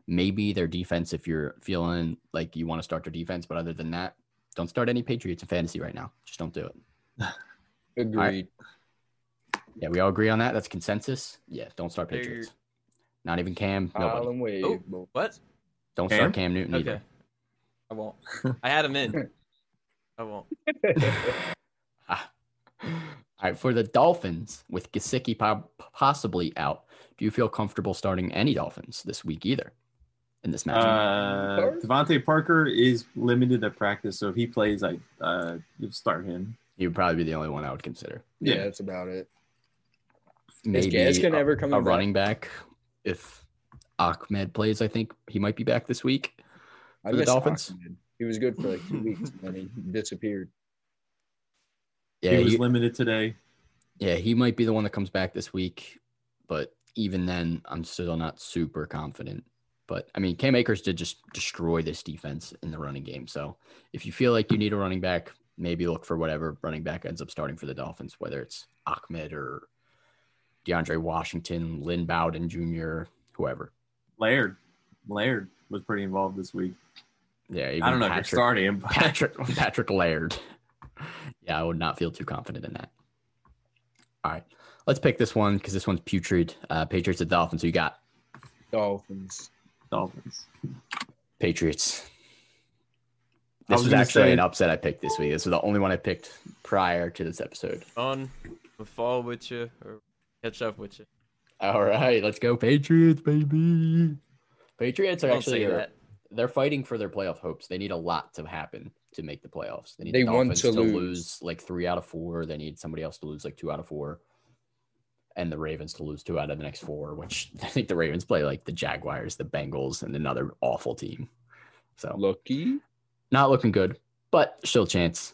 Speaker 1: Maybe their defense, if you're feeling like you want to start their defense, but other than that, don't start any Patriots in fantasy right now. Just don't do it.
Speaker 3: Agreed.
Speaker 1: right. Yeah, we all agree on that. That's consensus. Yeah, don't start
Speaker 2: There-
Speaker 1: Patriots. Not even Cam. Nobody.
Speaker 3: Alan Wade.
Speaker 2: Oh,
Speaker 3: boy.
Speaker 2: What?
Speaker 1: Don't
Speaker 4: Cam?
Speaker 1: start Cam Newton
Speaker 2: Okay.
Speaker 1: either.
Speaker 2: I won't. I had him in. I won't.
Speaker 1: Ah. All right, for the Dolphins with Gasicki po- possibly out, do you feel comfortable starting any Dolphins this week either in this matchup?
Speaker 4: Uh Devontae Parker is limited at practice, so if he plays, I uh you start him.
Speaker 1: He would probably be the only one I would consider.
Speaker 3: yeah,
Speaker 4: Yeah.
Speaker 3: that's about it. Is
Speaker 1: Maybe
Speaker 3: Gaskin
Speaker 1: a,
Speaker 3: ever coming
Speaker 1: a
Speaker 3: back?
Speaker 1: running back. If Ahmed plays, I think he might be back this week.
Speaker 3: I
Speaker 1: for the
Speaker 3: miss
Speaker 1: Dolphins?
Speaker 3: Ahmed. He was good for like two weeks and then he disappeared.
Speaker 1: Yeah,
Speaker 4: he was
Speaker 1: you-
Speaker 4: limited today.
Speaker 1: Yeah, he might be the one that comes back this week, but even then, I'm still not super confident. But I mean, Cam Akers did just destroy this defense in the running game. So if you feel like you need a running back, maybe look for whatever running back ends up starting for the Dolphins, whether it's Ahmed or DeAndre Washington, Lynn Bowden Jr., whoever.
Speaker 4: Laird. Laird was pretty involved this week.
Speaker 1: Yeah, even
Speaker 4: I don't know if you're
Speaker 1: Patrick,
Speaker 4: starting him, but
Speaker 1: Patrick Patrick Laird. Yeah, I would not feel too confident in that. All right, let's pick this one because this one's putrid. Uh, Patriots at Dolphins. Who you got?
Speaker 3: Dolphins.
Speaker 4: Dolphins.
Speaker 1: Patriots.
Speaker 4: I
Speaker 1: This
Speaker 4: was
Speaker 1: was
Speaker 4: gonna
Speaker 1: actually
Speaker 4: say-
Speaker 1: an upset I picked this week. This was the only one I picked prior to this episode.
Speaker 2: On. I'll fall with you or catch up with you.
Speaker 1: All right, let's go Patriots, baby. Patriots are
Speaker 2: Don't
Speaker 1: actually uh,
Speaker 2: say that.
Speaker 1: they're fighting for their playoff hopes. They need a lot to happen to make the playoffs. They need
Speaker 3: They
Speaker 1: the
Speaker 3: want
Speaker 1: Dolphins
Speaker 3: to
Speaker 1: to,
Speaker 3: lose.
Speaker 1: lose. like three out of four. They need somebody else to lose like two out of four, and the Ravens to lose two out of the next four. Which I think the Ravens play like the Jaguars, the Bengals, and another awful team. So
Speaker 3: Lucky.
Speaker 1: not looking good, but still a chance.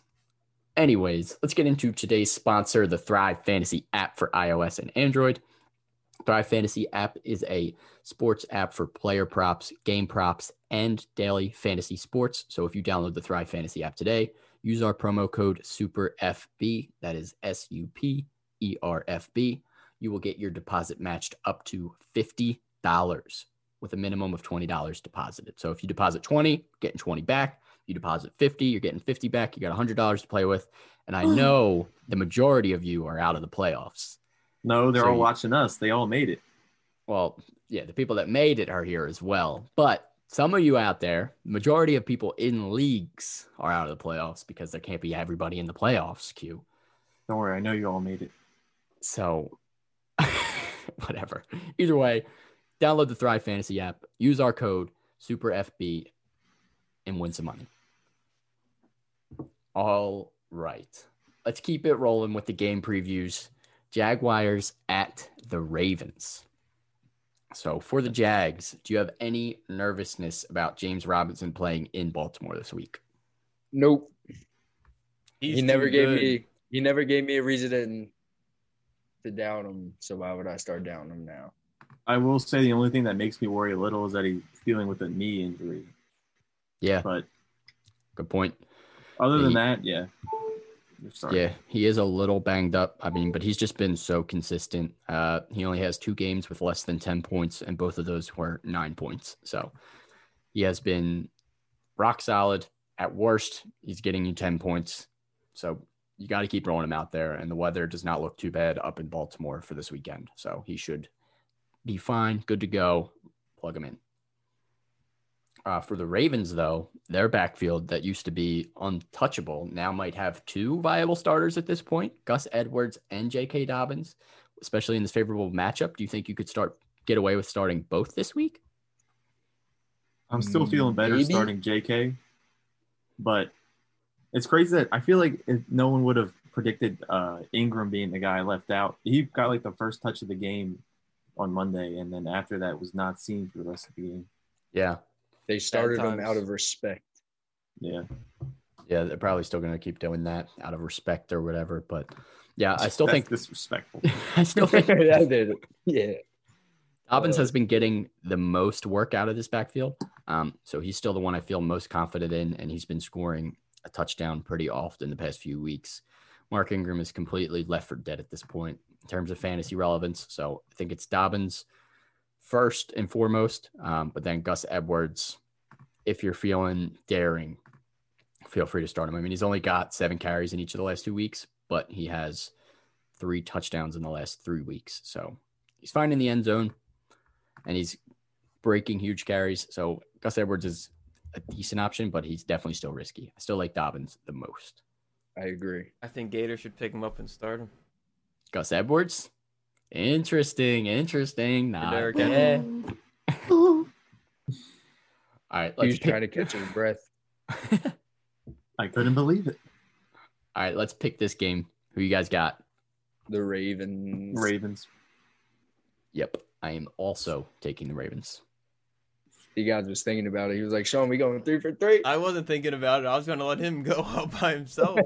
Speaker 1: Anyways, let's get into today's sponsor, the Thrive Fantasy app for iOS and Android. Thrive Fantasy app is a sports app for player props, game props, and daily fantasy sports. So if you download the Thrive Fantasy app today, use our promo code SUPERFB, that is S U P E R F B, you will get your deposit matched up to $50 with a minimum of $20 deposited. So if you deposit 20, getting 20 back. You deposit 50, you're getting 50 back. You got $100 to play with. And I know the majority of you are out of the playoffs.
Speaker 4: No, they're
Speaker 1: So
Speaker 4: all
Speaker 1: you-
Speaker 4: watching us. They all made it.
Speaker 1: Well, yeah, the people that made it are here as well. But some of you out there, majority of people in leagues are out of the playoffs because there can't be everybody in the playoffs queue.
Speaker 4: Don't worry, I know you all made it.
Speaker 1: So, whatever. Either way, download the Thrive Fantasy app, use our code SUPERFB, and win some money. All right. Let's keep it rolling with the game previews. Jaguars at the Ravens. So for the Jags, do you have any nervousness about James Robinson playing in Baltimore this week?
Speaker 3: Nope.
Speaker 2: He's
Speaker 3: he never
Speaker 2: too
Speaker 3: gave
Speaker 2: good.
Speaker 3: me he never gave me a reason to doubt him. So why would I start doubting him now?
Speaker 4: I will say the only thing that makes me worry a little is that he's dealing with a knee injury.
Speaker 1: Yeah,
Speaker 4: But
Speaker 1: good point.
Speaker 4: other than
Speaker 1: He-
Speaker 4: that, yeah. You're Sorry.
Speaker 1: Yeah, he is a little banged up. I mean, but he's just been so consistent. Uh, he only has two games with less than 10 points, and both of those were nine points. So he has been rock solid. At worst, he's getting you 10 points. So you got to keep rolling him out there. And the weather does not look too bad up in Baltimore for this weekend. So he should be fine, good to go. Plug him in. Uh, for the Ravens, though, their backfield that used to be untouchable now might have two viable starters at this point Gus Edwards and J.K. Dobbins, especially in this favorable matchup. Do you think you could start get away with starting both this week?
Speaker 4: I'm still feeling better
Speaker 3: Maybe.
Speaker 4: starting JK, but it's crazy that I feel like if no one would have predicted uh, Ingram being the guy left out. He got like the first touch of the game on Monday, and then after that was not seen for the rest of the game.
Speaker 1: Yeah.
Speaker 3: They started him
Speaker 2: times.
Speaker 3: out of respect.
Speaker 4: Yeah,
Speaker 1: Yeah. They're probably still going to keep doing that out of respect or whatever. But yeah, I still
Speaker 4: That's
Speaker 1: think,
Speaker 4: disrespectful.
Speaker 1: I still think
Speaker 3: I did it. Yeah.
Speaker 1: Dobbins
Speaker 3: Uh,
Speaker 1: has been getting the most work out of this backfield. Um, so he's still the one I feel most confident in, and he's been scoring a touchdown pretty often the past few weeks. Mark Ingram is completely left for dead at this point in terms of fantasy relevance. So I think it's Dobbins first and foremost, um, but then Gus Edwards. If you're feeling daring, feel free to start him. I mean, he's only got seven carries in each of the last two weeks, but he has three touchdowns in the last three weeks. So he's finding the end zone and he's breaking huge carries. So Gus Edwards is a decent option, but he's definitely still risky. I still like Dobbins the most.
Speaker 3: I agree.
Speaker 2: I think Gator should pick him up and start him.
Speaker 1: Gus Edwards, interesting, interesting. Nah.
Speaker 2: Derrick
Speaker 1: Yeah. All right,
Speaker 3: He
Speaker 1: let's
Speaker 3: was
Speaker 1: pick.
Speaker 3: trying to catch his breath.
Speaker 4: I couldn't believe it.
Speaker 1: All right, let's pick this game. Who you guys got?
Speaker 3: The Ravens.
Speaker 4: Ravens.
Speaker 1: Yep, I am also taking the Ravens.
Speaker 3: He guys was thinking about it. He was like, Sean, we going three for three.
Speaker 1: Uh,
Speaker 2: I wasn't thinking about it. I was going to let him go out by himself.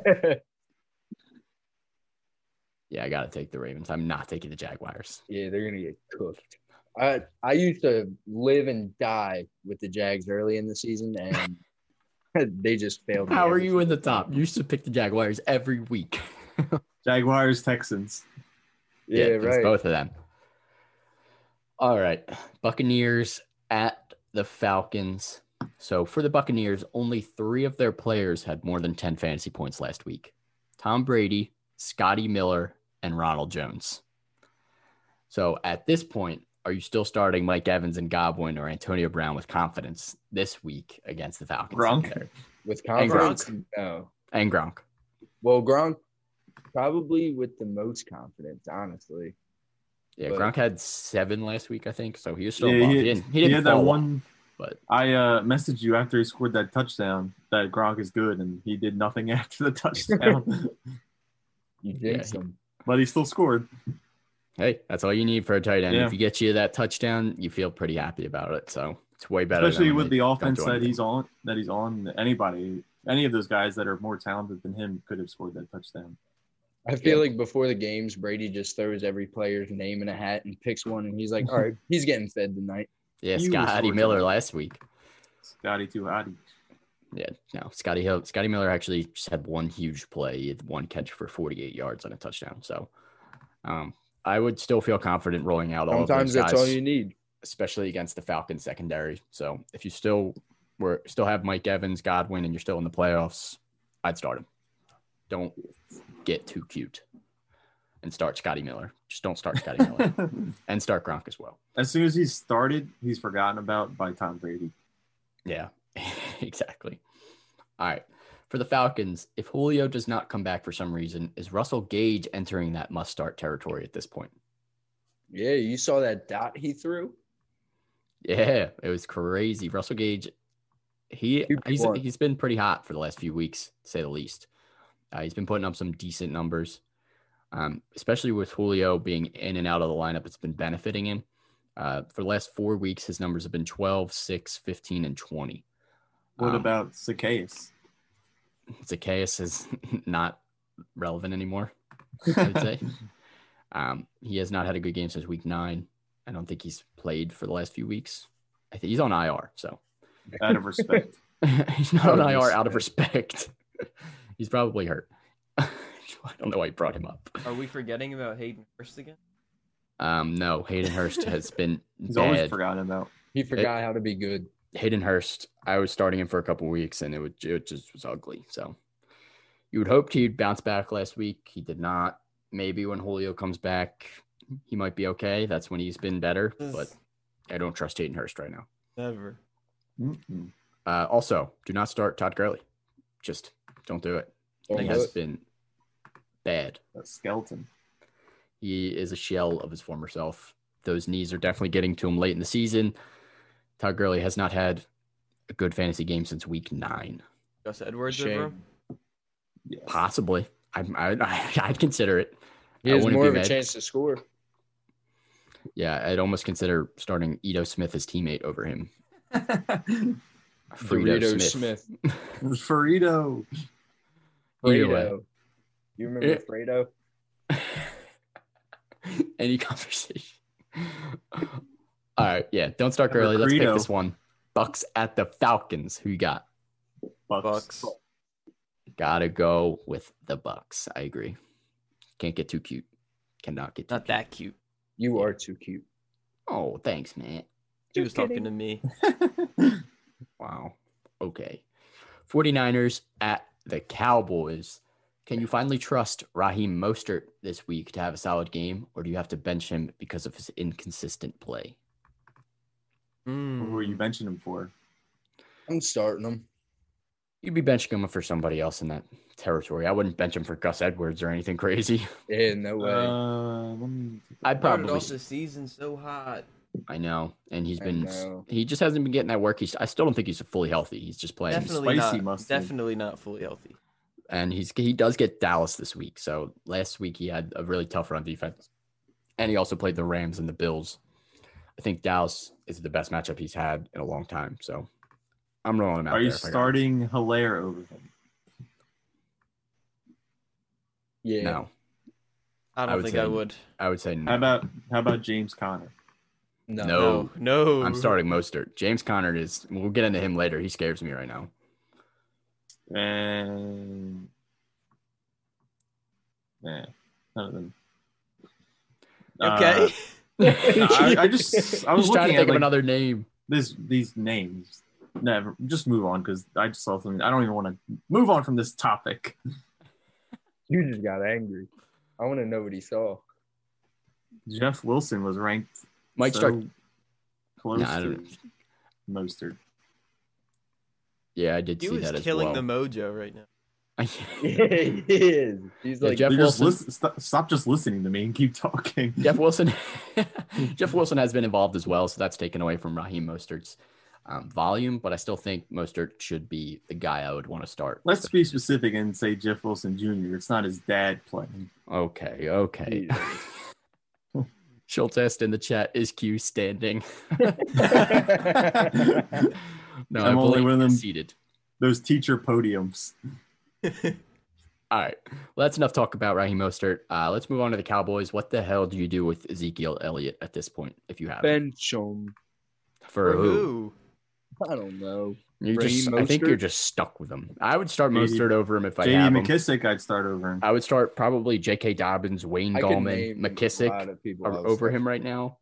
Speaker 1: Yeah, I gotta take the Ravens. I'm not taking the Jaguars.
Speaker 3: Yeah, they're gonna get cooked. I I used to live and die with the Jags early in the season, and they just failed. me
Speaker 1: How are
Speaker 3: every
Speaker 1: you in the
Speaker 3: single
Speaker 1: top? You used to pick the Jaguars every week.
Speaker 4: Jaguars, Texans.
Speaker 3: time. Yeah,
Speaker 1: it's
Speaker 3: right.
Speaker 1: Both of them. All right. Buccaneers at the Falcons. So for the Buccaneers, only three of their players had more than 10 fantasy points last week Tom Brady, Scotty Miller, and Ronald Jones. So at this point, are you still starting Mike Evans and Godwin or Antonio Brown with confidence this week against the Falcons?
Speaker 4: Gronk.
Speaker 3: With
Speaker 1: And
Speaker 3: confidence, no.
Speaker 1: And Gronk.
Speaker 3: Well, Gronk probably with the most confidence, honestly.
Speaker 1: Yeah,
Speaker 3: But-
Speaker 1: Gronk had seven last week, I think. So he was still
Speaker 4: Yeah,
Speaker 1: above.
Speaker 4: he-
Speaker 1: He, didn't, he
Speaker 4: He,
Speaker 1: didn't
Speaker 4: had that
Speaker 1: fall off,
Speaker 4: one.
Speaker 1: but
Speaker 4: I uh, messaged you after he scored that touchdown that Gronk is good, and he did nothing after the touchdown,
Speaker 3: You
Speaker 1: Yeah,
Speaker 3: jinxed
Speaker 1: he-
Speaker 3: him.
Speaker 4: but he still scored.
Speaker 1: Hey, that's all you need for a tight end.
Speaker 4: Yeah.
Speaker 1: If you get you that touchdown, you feel pretty happy about it. So it's way better. than
Speaker 4: Especially
Speaker 1: when
Speaker 4: with
Speaker 1: they
Speaker 4: the
Speaker 1: don't
Speaker 4: offense
Speaker 1: do
Speaker 4: that
Speaker 1: anything.
Speaker 4: he's on, that he's on. Anybody, any of those guys that are more talented than him could have scored that touchdown.
Speaker 3: I feel like before the games, Brady just throws every player's name in a hat and picks one, and he's like, "All right, he's getting fed tonight."
Speaker 1: Yeah,
Speaker 4: huge
Speaker 1: Scotty
Speaker 4: for
Speaker 1: Miller
Speaker 4: him.
Speaker 1: last week.
Speaker 4: Scotty too hotty.
Speaker 1: Yeah, no, Scotty Hill. Scotty Miller actually just had one huge play, He had one catch for 48 yards on a touchdown. So, um, I would still feel confident rolling out all
Speaker 3: Sometimes
Speaker 1: of those
Speaker 3: that's
Speaker 1: guys,
Speaker 3: all you need.
Speaker 1: especially against the Falcons secondary. So if you still were still have Mike Evans, Godwin, and you're still in the playoffs, I'd start him. Don't get too cute and start Scotty Miller. Just don't start Scotty Miller. and start Gronk as well.
Speaker 4: as soon as he started, he's forgotten about by Tom Brady.
Speaker 1: Yeah, exactly. All right. For the Falcons, if Julio does not come back for some reason, is Russell Gage entering that must start territory at this point?
Speaker 3: Yeah, you saw that dot he threw.
Speaker 1: Yeah, it was crazy. Russell Gage, he
Speaker 3: Huge
Speaker 1: he's,
Speaker 3: one.
Speaker 1: he's been pretty hot for the last few weeks, to say the least. Uh, he's been putting up some decent numbers, um, especially with Julio being in and out of the lineup. It's been benefiting him. Uh, for the last four weeks, his numbers have been 12, 6, 15, and 20.
Speaker 4: What
Speaker 1: Um,
Speaker 4: about Zacchaeus?
Speaker 1: Zacchaeus is not relevant anymore. I'd say. um, he has not had a good game since week nine. I don't think he's played for the last few weeks. I think he's on IR, so
Speaker 4: Out of respect.
Speaker 1: he's not on
Speaker 3: Out of
Speaker 1: IR out of respect. he's probably hurt. I don't know why he brought him up.
Speaker 2: Are we forgetting about Hayden Hurst again?
Speaker 1: Um, no, Hayden Hurst has been
Speaker 4: He's always
Speaker 1: bad.
Speaker 4: forgotten about.
Speaker 3: He forgot how to be good.
Speaker 1: Hayden Hurst, I was starting him for a couple weeks, and it would it just was ugly. So you would hope he'd bounce back last week. He did not. Maybe when Julio comes back, he might be okay. That's when he's been better, but I don't trust Hayden Hurst right now.
Speaker 2: never.
Speaker 4: Mm-mm.
Speaker 1: Uh, also, do not start Todd Gurley. Just don't do it.
Speaker 3: Don't
Speaker 1: He
Speaker 3: do
Speaker 1: has
Speaker 3: it.
Speaker 1: been bad.
Speaker 4: That skeleton.
Speaker 1: He is a shell of his former self. Those knees are definitely getting to him late in the season. Todd Gurley has not had a good fantasy game since week nine.
Speaker 2: Gus Edwards
Speaker 3: Shame.
Speaker 2: over him?
Speaker 4: Yes.
Speaker 1: Possibly. I, I, I'd consider it.
Speaker 3: He
Speaker 1: I
Speaker 3: has
Speaker 1: wouldn't
Speaker 3: more
Speaker 1: be
Speaker 3: of a
Speaker 1: mad.
Speaker 3: chance to score.
Speaker 1: Yeah, I'd almost consider starting Edo Smith as teammate over him. Frito
Speaker 3: Burrito
Speaker 1: Smith.
Speaker 3: Smith.
Speaker 4: Ferrito.
Speaker 1: Either way. Eh.
Speaker 3: Fredo. You remember Fredo?
Speaker 1: Any conversation. All right. Yeah. Don't start
Speaker 4: Remember
Speaker 1: Gurley. Let's pick
Speaker 4: Credo.
Speaker 1: this one. Bucks at the Falcons. Who you got?
Speaker 4: Bucks.
Speaker 2: Bucks.
Speaker 1: Gotta go with the Bucks. I agree. Can't get too cute. Cannot get too
Speaker 2: Not that cute.
Speaker 3: You are too cute.
Speaker 1: Oh, thanks, man.
Speaker 2: He
Speaker 3: You're
Speaker 2: was
Speaker 3: kidding.
Speaker 2: talking to me.
Speaker 1: Wow. Okay. 49ers at the Cowboys. Can you finally trust Raheem Mostert this week to have a solid game, or do you have to bench him because of his inconsistent play?
Speaker 4: What
Speaker 2: Mm.
Speaker 4: were you benching him for?
Speaker 3: I'm starting him.
Speaker 1: You'd be benching him for somebody else in that territory. I wouldn't bench him for Gus Edwards or anything crazy.
Speaker 3: Yeah, no way.
Speaker 4: Uh, let me-
Speaker 1: I'd
Speaker 2: Started
Speaker 1: probably.
Speaker 2: off the season so hot.
Speaker 1: I know, and he's
Speaker 3: I
Speaker 1: been.
Speaker 3: know.
Speaker 1: He just hasn't been getting that work. He's. I still don't think he's fully healthy. He's just playing,
Speaker 2: Definitely
Speaker 4: spicy
Speaker 2: not.
Speaker 4: mustard.
Speaker 2: Definitely not fully healthy.
Speaker 1: and he's he does get Dallas this week. So last week he had a really tough run defense, and he also played the Rams and the Bills. I think Dallas is the best matchup he's had in a long time. So I'm rolling him out.
Speaker 4: Are you
Speaker 1: there if I got-
Speaker 4: starting Hilaire over him?
Speaker 3: yeah.
Speaker 1: No,
Speaker 2: I
Speaker 1: I
Speaker 2: don't
Speaker 1: would
Speaker 2: think
Speaker 1: say
Speaker 2: I would.
Speaker 1: I would say no.
Speaker 4: How about how about James Conner?
Speaker 3: No.
Speaker 1: No. Oh,
Speaker 2: no.
Speaker 1: I'm starting Mostert. James Conner is. We'll get into him later. He scares me right now.
Speaker 4: And nah, none of them.
Speaker 1: Uh,
Speaker 2: Okay.
Speaker 4: Uh, I, I just I was
Speaker 1: He's trying to
Speaker 4: looking at
Speaker 1: think of
Speaker 4: like,
Speaker 1: another name.
Speaker 4: this these names. Never just move on because I just saw something. I don't even want to move on from this topic.
Speaker 3: You just got angry. I want to know what he saw.
Speaker 4: Jeff Wilson was ranked
Speaker 1: Mike
Speaker 4: so
Speaker 1: Stark.
Speaker 4: close
Speaker 1: Nah, I
Speaker 4: to
Speaker 1: don't-
Speaker 4: Mostert.
Speaker 1: Yeah, I did
Speaker 2: He
Speaker 1: see
Speaker 2: was
Speaker 1: that as
Speaker 2: killing
Speaker 1: well.
Speaker 2: the mojo right now.
Speaker 3: yeah, he is. He's
Speaker 1: Yeah,
Speaker 3: like,
Speaker 1: Jeff
Speaker 4: They're just
Speaker 1: Wilson.
Speaker 4: listen- stop, stop just listening to me and keep talking.
Speaker 1: Jeff Wilson, Jeff Wilson has been involved as well, so that's taken away from Raheem Mostert's um, volume. But I still think Mostert should be the guy I would want to start.
Speaker 4: Let's be specific and say Jeff Wilson Jr. It's not his dad playing.
Speaker 1: Okay, okay.
Speaker 3: Jesus.
Speaker 1: Schultest in the chat is Q standing. no,
Speaker 4: I'm
Speaker 1: I
Speaker 4: only
Speaker 1: believe
Speaker 4: with him.
Speaker 1: he's seated.
Speaker 4: Those teacher podiums.
Speaker 1: All right, well, that's enough talk about Raheem Mostert. Uh, let's move on to the Cowboys. What the hell do you do with Ezekiel Elliott at this point, if you have him?
Speaker 3: bench him.
Speaker 1: for
Speaker 2: For
Speaker 1: who?
Speaker 2: who?
Speaker 3: I don't know.
Speaker 1: You
Speaker 3: Raheem
Speaker 1: just, I think
Speaker 3: Mostert?
Speaker 1: you're just stuck with him. I would start
Speaker 4: JD
Speaker 1: Mostert over him if I have Um,
Speaker 4: JD
Speaker 1: him.
Speaker 4: McKissick, I'd start over him.
Speaker 1: I would start probably J.K. Dobbins, Wayne
Speaker 3: I could
Speaker 1: Gallman,
Speaker 3: name a lot
Speaker 1: McKissick
Speaker 3: of people I
Speaker 1: are
Speaker 3: was
Speaker 1: over him
Speaker 3: starting.
Speaker 1: right now.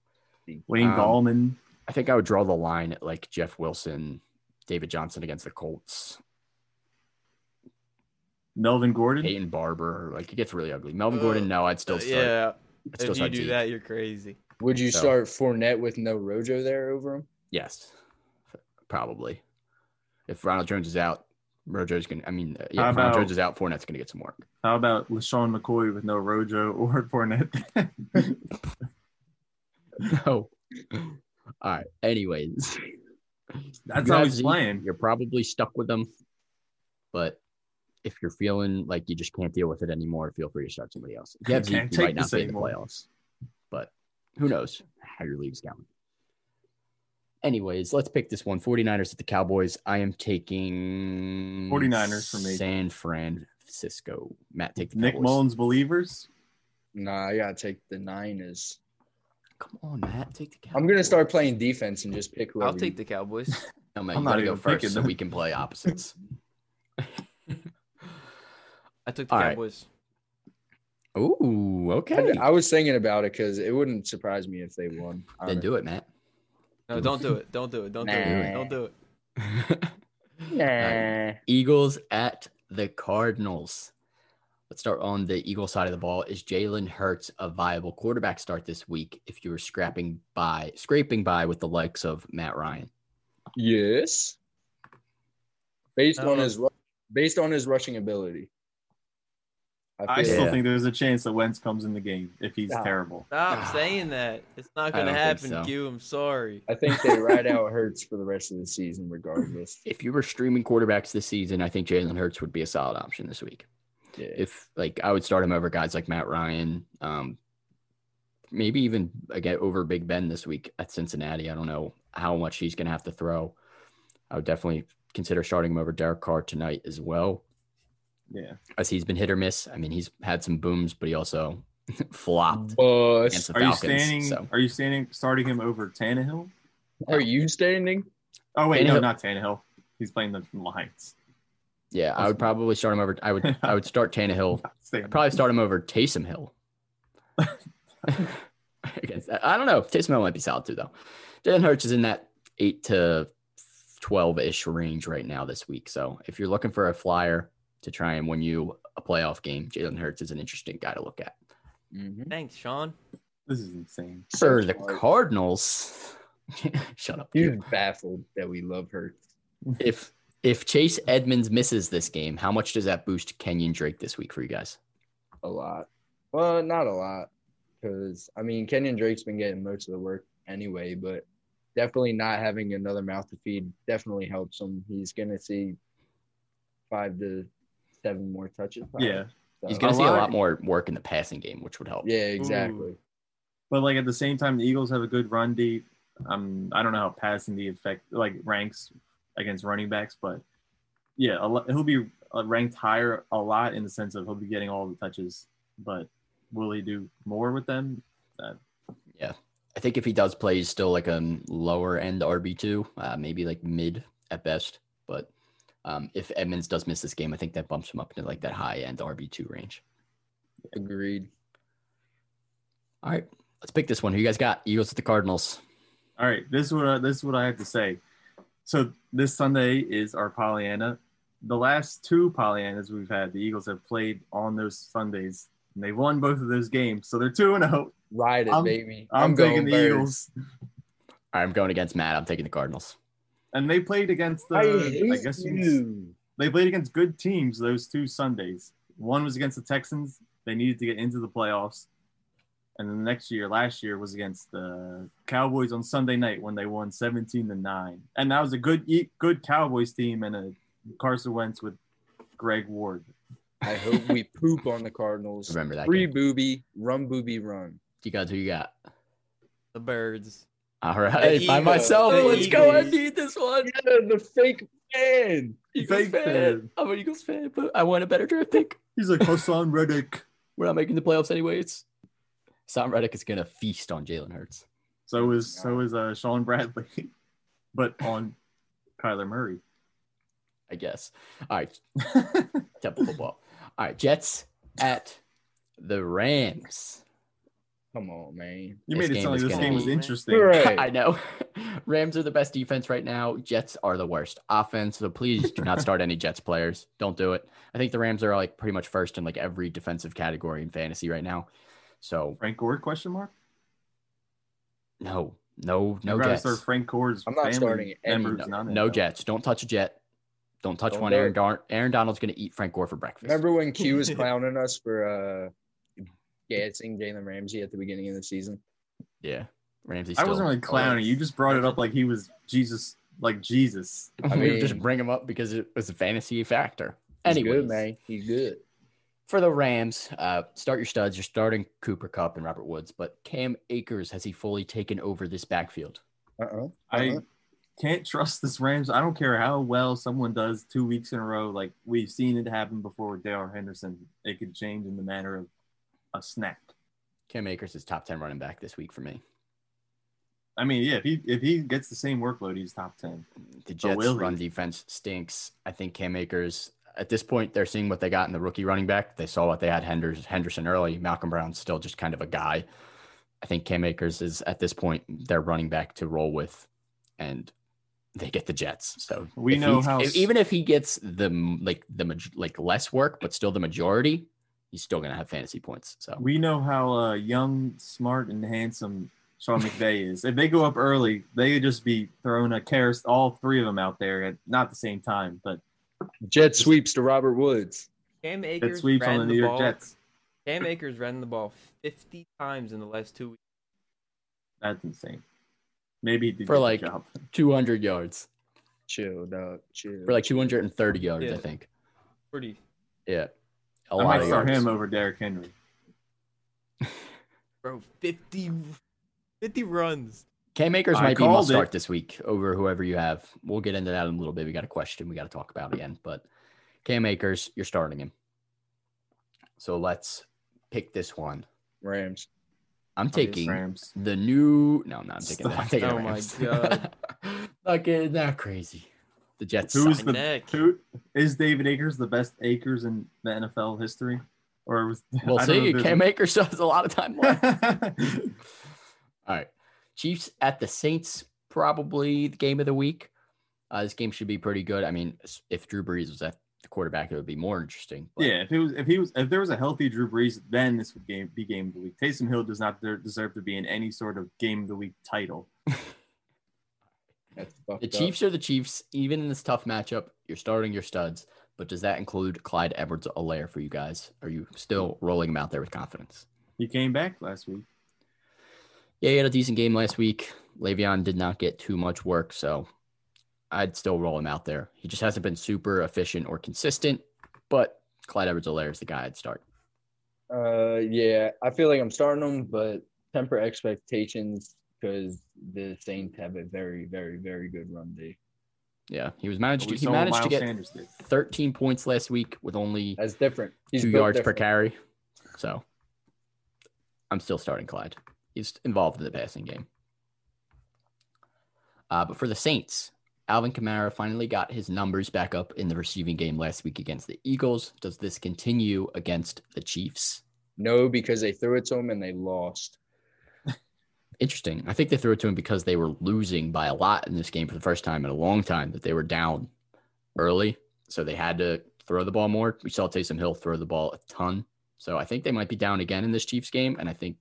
Speaker 4: Wayne
Speaker 1: um,
Speaker 4: Gallman.
Speaker 1: I think I would draw the line at like Jeff Wilson, David Johnson against the Colts,
Speaker 4: Melvin Gordon.
Speaker 1: Peyton Barber. Like it gets really ugly. Melvin
Speaker 2: Uh,
Speaker 1: Gordon, no, I'd still
Speaker 2: Uh,
Speaker 1: start.
Speaker 2: yeah.
Speaker 1: I'd still
Speaker 2: If you
Speaker 1: start
Speaker 2: do
Speaker 1: Zeke.
Speaker 2: that, you're crazy.
Speaker 3: Would you
Speaker 1: So-
Speaker 3: start Fournette with no Rojo there over him?
Speaker 1: Yes, probably. If Ronald Jones is out, Rojo's gonna. I mean, uh, yeah,
Speaker 4: How
Speaker 1: if Ronald
Speaker 4: about-
Speaker 1: Jones is out, Fournette's gonna get some work.
Speaker 4: How about LaShawn McCoy with no Rojo or Fournette?
Speaker 1: No. All right. Anyways,
Speaker 4: That's
Speaker 1: You
Speaker 4: how
Speaker 1: have
Speaker 4: he's
Speaker 1: Zeke,
Speaker 4: playing.
Speaker 1: You're probably stuck with them. But if you're feeling like you just can't deal with it anymore, feel free to start somebody else. If you have Zeke,
Speaker 4: Can't
Speaker 1: you
Speaker 4: take
Speaker 1: might not
Speaker 4: this
Speaker 1: be in the
Speaker 4: anymore.
Speaker 1: playoffs. But who knows how your league's going. Anyways, let's pick this one 49ers at the Cowboys. I am taking
Speaker 4: 49ers for me.
Speaker 1: San Francisco. Matt, take the
Speaker 4: Nick
Speaker 1: Cowboys.
Speaker 4: Mullins believers.
Speaker 3: Nah, I gotta take the Niners.
Speaker 1: Come on, Matt. Take the Cowboys.
Speaker 3: I'm gonna start playing defense and just pick whoever.
Speaker 2: I'll
Speaker 3: you-
Speaker 2: take the Cowboys.
Speaker 1: No, Matt,
Speaker 4: I'm
Speaker 1: you
Speaker 4: not
Speaker 1: gotta Oh go
Speaker 4: even
Speaker 1: first
Speaker 4: picking
Speaker 1: so
Speaker 4: them.
Speaker 1: we can play opposites.
Speaker 2: I took the
Speaker 1: All right.
Speaker 2: Cowboys.
Speaker 1: Ooh, okay.
Speaker 3: I, I was thinking about it because it wouldn't surprise me if they won.
Speaker 1: Then do it, Matt.
Speaker 2: No, don't do it. Don't do it. Don't do it.
Speaker 3: Nah.
Speaker 2: Don't do it.
Speaker 1: Nah. Eagles at the Cardinals. Let's start on the Eagle side of the ball. Is Jalen Hurts a viable quarterback start this week if you were scrapping by scraping by with the likes of Matt Ryan?
Speaker 3: Yes. Based
Speaker 2: No.
Speaker 3: on his ru- based on his rushing ability.
Speaker 4: I
Speaker 3: feel-
Speaker 4: still
Speaker 1: Yeah.
Speaker 4: think there's a chance that Wentz comes in the game if he's
Speaker 3: Yeah.
Speaker 4: terrible.
Speaker 2: Stop saying that. It's
Speaker 1: Ah.
Speaker 2: not
Speaker 1: I
Speaker 2: gonna
Speaker 1: don't think so.
Speaker 2: happen, Q. I'm sorry.
Speaker 3: I think they ride out Hurts for the rest of the season, regardless.
Speaker 1: If you were streaming quarterbacks this season, I think Jalen Hurts would be a solid option this week.
Speaker 3: Yeah.
Speaker 1: If like I would start him over guys like Matt Ryan, um, maybe even again over Big Ben this week at Cincinnati. I don't know how much he's going to have to throw. I would definitely consider starting him over Derek Carr tonight as well.
Speaker 4: Yeah.
Speaker 1: as he's been hit or miss. I mean, he's had some booms, but he also flopped against
Speaker 3: Bust.
Speaker 1: the
Speaker 4: Are
Speaker 1: Falcons.
Speaker 4: you standing?
Speaker 1: so
Speaker 4: Are you standing? Starting him over Tannehill?
Speaker 3: Are you standing?
Speaker 4: Oh wait, no,
Speaker 1: Tannehill-
Speaker 4: not Tannehill. He's playing the Lions.
Speaker 1: yeah, I would probably start him over. I would I would start Tannehill.
Speaker 4: Stay-
Speaker 1: I'd probably start him over Taysom Hill. against that. I don't know. Taysom Hill might be solid too, though. Jalen Hurts is in that eight to twelve ish range right now this week. So if you're looking for a flyer to try and win you a playoff game, Jalen Hurts is an interesting guy to look at.
Speaker 3: Mhm.
Speaker 2: Thanks, Sean.
Speaker 4: This is insane.
Speaker 1: For the
Speaker 3: Smart.
Speaker 1: Cardinals, shut up.
Speaker 3: He's
Speaker 1: you.
Speaker 3: baffled that we love Hurts.
Speaker 1: if if Chase Edmonds misses this game, how much does that boost Kenyon Drake this week for you guys?
Speaker 3: A lot. Well, not a lot. Because, I mean, Kenyon Drake's been getting most of the work anyway, but definitely not having another mouth to feed definitely helps him. He's going to see five to seven more touches. probably.
Speaker 4: Yeah,
Speaker 3: So-
Speaker 1: He's going
Speaker 4: Uh, A
Speaker 1: to see a
Speaker 4: lot-
Speaker 1: lot more work in the passing game, which would help.
Speaker 3: Yeah, exactly.
Speaker 4: but like at the same time, the Eagles have a good run D. Um, I don't know how passing the effect like ranks against running backs, but yeah, a lot, he'll be uh, ranked higher a lot in the sense of he'll be getting all the touches. But will he do more with them?
Speaker 1: I think if he does play, he's still like a lower end RB two, uh, maybe like mid at best. But um, if Edmonds does miss this game, I think that bumps him up into like that high end RB two range.
Speaker 3: Agreed.
Speaker 1: All right, let's pick this one. Who you guys got? Eagles at the Cardinals.
Speaker 4: All right, this is what I, this is what I have to say. So this Sunday is our Pollyanna. The last two Pollyannas we've had, the Eagles have played on those Sundays, and they won both of those games. So they're two and zero.
Speaker 3: Ride it,
Speaker 4: I'm-
Speaker 3: baby.
Speaker 4: I'm, taking the
Speaker 3: birds.
Speaker 4: Eagles,
Speaker 1: All right, I'm going against Matt. I'm taking the Cardinals.
Speaker 4: and they played against the.
Speaker 3: I
Speaker 4: I,
Speaker 3: hate
Speaker 4: guess you can
Speaker 3: you.
Speaker 4: they played against good teams those two Sundays. One was against the Texans. They needed to get into the playoffs. And then the next year, last year, was against the Cowboys on Sunday night when they won 17 to 9. And that was a good e- good Cowboys team and a Carson Wentz with Greg Ward.
Speaker 3: I hope we poop on the Cardinals.
Speaker 1: Remember that.
Speaker 3: Free
Speaker 1: Game.
Speaker 3: booby, run booby, run.
Speaker 1: You guys, who you got?
Speaker 2: The birds.
Speaker 1: All right, by
Speaker 2: Eagles.
Speaker 1: myself.
Speaker 2: The
Speaker 1: Let's go. I
Speaker 2: Eagles.
Speaker 1: need this one.
Speaker 3: Yeah, the fake fan.
Speaker 1: Eagles
Speaker 4: Fake
Speaker 1: fan.
Speaker 4: fan.
Speaker 1: I'm an Eagles fan, but I want a better draft pick.
Speaker 4: He's like Hassan Reddick.
Speaker 1: We're not making the playoffs anyways. Sam Reddick is gonna feast on Jalen Hurts.
Speaker 4: So is so is uh, Sean Bradley, but on Kyler Murray.
Speaker 1: I guess. All right, Temple football. All right, Jets at the Rams.
Speaker 3: Come on, man.
Speaker 4: You
Speaker 1: This
Speaker 4: made
Speaker 1: game
Speaker 4: it sound
Speaker 1: is
Speaker 4: like this
Speaker 1: gonna
Speaker 4: game was
Speaker 2: be-
Speaker 4: interesting.
Speaker 1: I know. Rams are the best defense right now. Jets are the worst offense. So please do not start any Jets players. Don't do it. I think the Rams are like pretty much first in like every defensive category in fantasy right now. So
Speaker 4: Frank Gore question mark?
Speaker 1: no, no, no
Speaker 4: I'd rather
Speaker 1: Jets.
Speaker 4: start Frank Gore's
Speaker 3: I'm not
Speaker 4: family
Speaker 3: starting any-
Speaker 4: members
Speaker 1: No,
Speaker 4: not in
Speaker 1: no
Speaker 4: it.
Speaker 1: Jets. Don't touch a Jet. Don't touch
Speaker 3: Don't
Speaker 1: one.
Speaker 3: do
Speaker 1: Aaron,
Speaker 3: it.
Speaker 1: Dar- Aaron Donald's going to eat Frank Gore for breakfast.
Speaker 3: Remember when Q was clowning us for uh gassing Jalen Ramsey at the beginning of the season?
Speaker 1: yeah. Ramsey.
Speaker 4: I
Speaker 1: Still,
Speaker 4: wasn't really clowning. You just brought it up like he was Jesus, like Jesus.
Speaker 3: I
Speaker 1: we just
Speaker 3: mean-
Speaker 1: bring him up because it was a fantasy factor.
Speaker 3: He's
Speaker 1: Anyway,
Speaker 3: good, man. He's good.
Speaker 1: for the Rams, uh, start your studs. You're starting Cooper Cup and Robert Woods, but Cam Akers has he fully taken over this backfield?
Speaker 3: Uh-oh.
Speaker 4: I
Speaker 3: Uh-huh.
Speaker 4: can't trust this Rams. I don't care how well someone does two weeks in a row. Like we've seen it happen before with Dale Henderson. It could change in the matter of a snap.
Speaker 1: Cam Akers is top ten running back this week for me.
Speaker 4: I mean, yeah, if he if he gets the same workload, he's top ten.
Speaker 1: The Jets
Speaker 4: will he?
Speaker 1: run defense stinks. I think Cam Akers at this point they're seeing what they got in the rookie running back. They saw what they had Henderson Henderson early. Malcolm Brown's still just kind of a guy. I think Cam Akers is at this point their running back to roll with, and they get the Jets. So
Speaker 4: We
Speaker 1: if
Speaker 4: know
Speaker 1: he's-
Speaker 4: how-
Speaker 1: if- even if he gets the m- like the maj- like less work, but still the majority, he's still gonna have fantasy points. So
Speaker 4: We know how uh, young, smart, and handsome Sean McVay is. If they go up early, they could just be throwing a carousel, all three of them out there at not the same time, but
Speaker 3: Jet sweeps to Robert Woods.
Speaker 2: Cam
Speaker 4: it
Speaker 2: Akers
Speaker 4: sweeps on
Speaker 2: ran
Speaker 4: the New York
Speaker 2: ball.
Speaker 4: Jets.
Speaker 2: Cam Akers ran the ball 50 times in the last two weeks.
Speaker 4: That's insane. Maybe he did
Speaker 1: For
Speaker 4: get the
Speaker 1: like-
Speaker 4: job.
Speaker 1: 200 yards
Speaker 3: Chill, dog. Chill.
Speaker 1: for like 230 yards,
Speaker 2: Yeah.
Speaker 1: I think.
Speaker 2: Pretty.
Speaker 1: Yeah, a
Speaker 4: I
Speaker 1: lot
Speaker 4: might
Speaker 1: of
Speaker 4: start
Speaker 1: yards.
Speaker 4: him over Derrick Henry.
Speaker 2: Bro, 50, 50 runs.
Speaker 1: Cam Akers
Speaker 4: I
Speaker 1: might be must
Speaker 4: called it.
Speaker 1: start this week over whoever you have. We'll get into that in a little bit. We got a question we got to talk about again, but Cam Akers, you're starting him. So let's pick this one.
Speaker 3: Rams.
Speaker 1: I'm taking
Speaker 4: Rams.
Speaker 1: the new. No, I'm not taking that. I'm taking the
Speaker 2: Oh my
Speaker 1: Rams.
Speaker 2: God.
Speaker 1: Not getting that crazy. The Jets.
Speaker 4: Who's
Speaker 1: suck.
Speaker 4: the
Speaker 2: neck.
Speaker 4: Who is David Akers the best Akers in the NFL history? Or was
Speaker 1: We'll
Speaker 4: I don't know
Speaker 1: see.
Speaker 4: if
Speaker 1: Cam Akers still has a lot of time left.
Speaker 4: there's-
Speaker 1: All right. Chiefs at the Saints, probably the game of the week. Uh, this game should be pretty good. I mean, s- if Drew Brees was at the quarterback, it would be more interesting. but-
Speaker 4: Yeah, if it was if he was if there was a healthy Drew Brees, then this would game be game of the week. Taysom Hill does not de- deserve to be in any sort of game of the week title.
Speaker 3: That's fucked
Speaker 1: The
Speaker 3: up.
Speaker 1: Chiefs are the Chiefs, even in this tough matchup. You're starting your studs, but does that include Clyde Edwards Alaire for you guys? Are you still rolling him out there with confidence?
Speaker 4: He came back last week.
Speaker 1: Yeah, he had a decent game last week. Le'Veon did not get too much work, so I'd still roll him out there. He just hasn't been super efficient or consistent, but Clyde Edwards Alaire is the guy I'd start.
Speaker 3: Uh, yeah, I feel like I'm starting them, but temper expectations because the Saints have a very, very, very good run D.
Speaker 1: Yeah, he was managed.
Speaker 4: We
Speaker 1: To, he
Speaker 4: saw what
Speaker 1: managed to
Speaker 4: Miles
Speaker 1: get
Speaker 4: Sanders did.
Speaker 1: 13 points last week with only
Speaker 3: That's different. He's
Speaker 1: two
Speaker 3: built
Speaker 1: yards per
Speaker 3: different.
Speaker 1: carry. So I'm still starting Clyde. He's involved in the passing game. Uh, but for the Saints, Alvin Kamara finally got his numbers back up in the receiving game last week against the Eagles. Does this continue against the Chiefs?
Speaker 3: No, because they threw it to him and they lost.
Speaker 1: Interesting. I think they threw it to him because they were losing by a lot in this game for the first time in a long time that they were down early. So they had to throw the ball more. We saw Taysom Hill throw the ball a ton. So I think they might be down again in this Chiefs game. And I think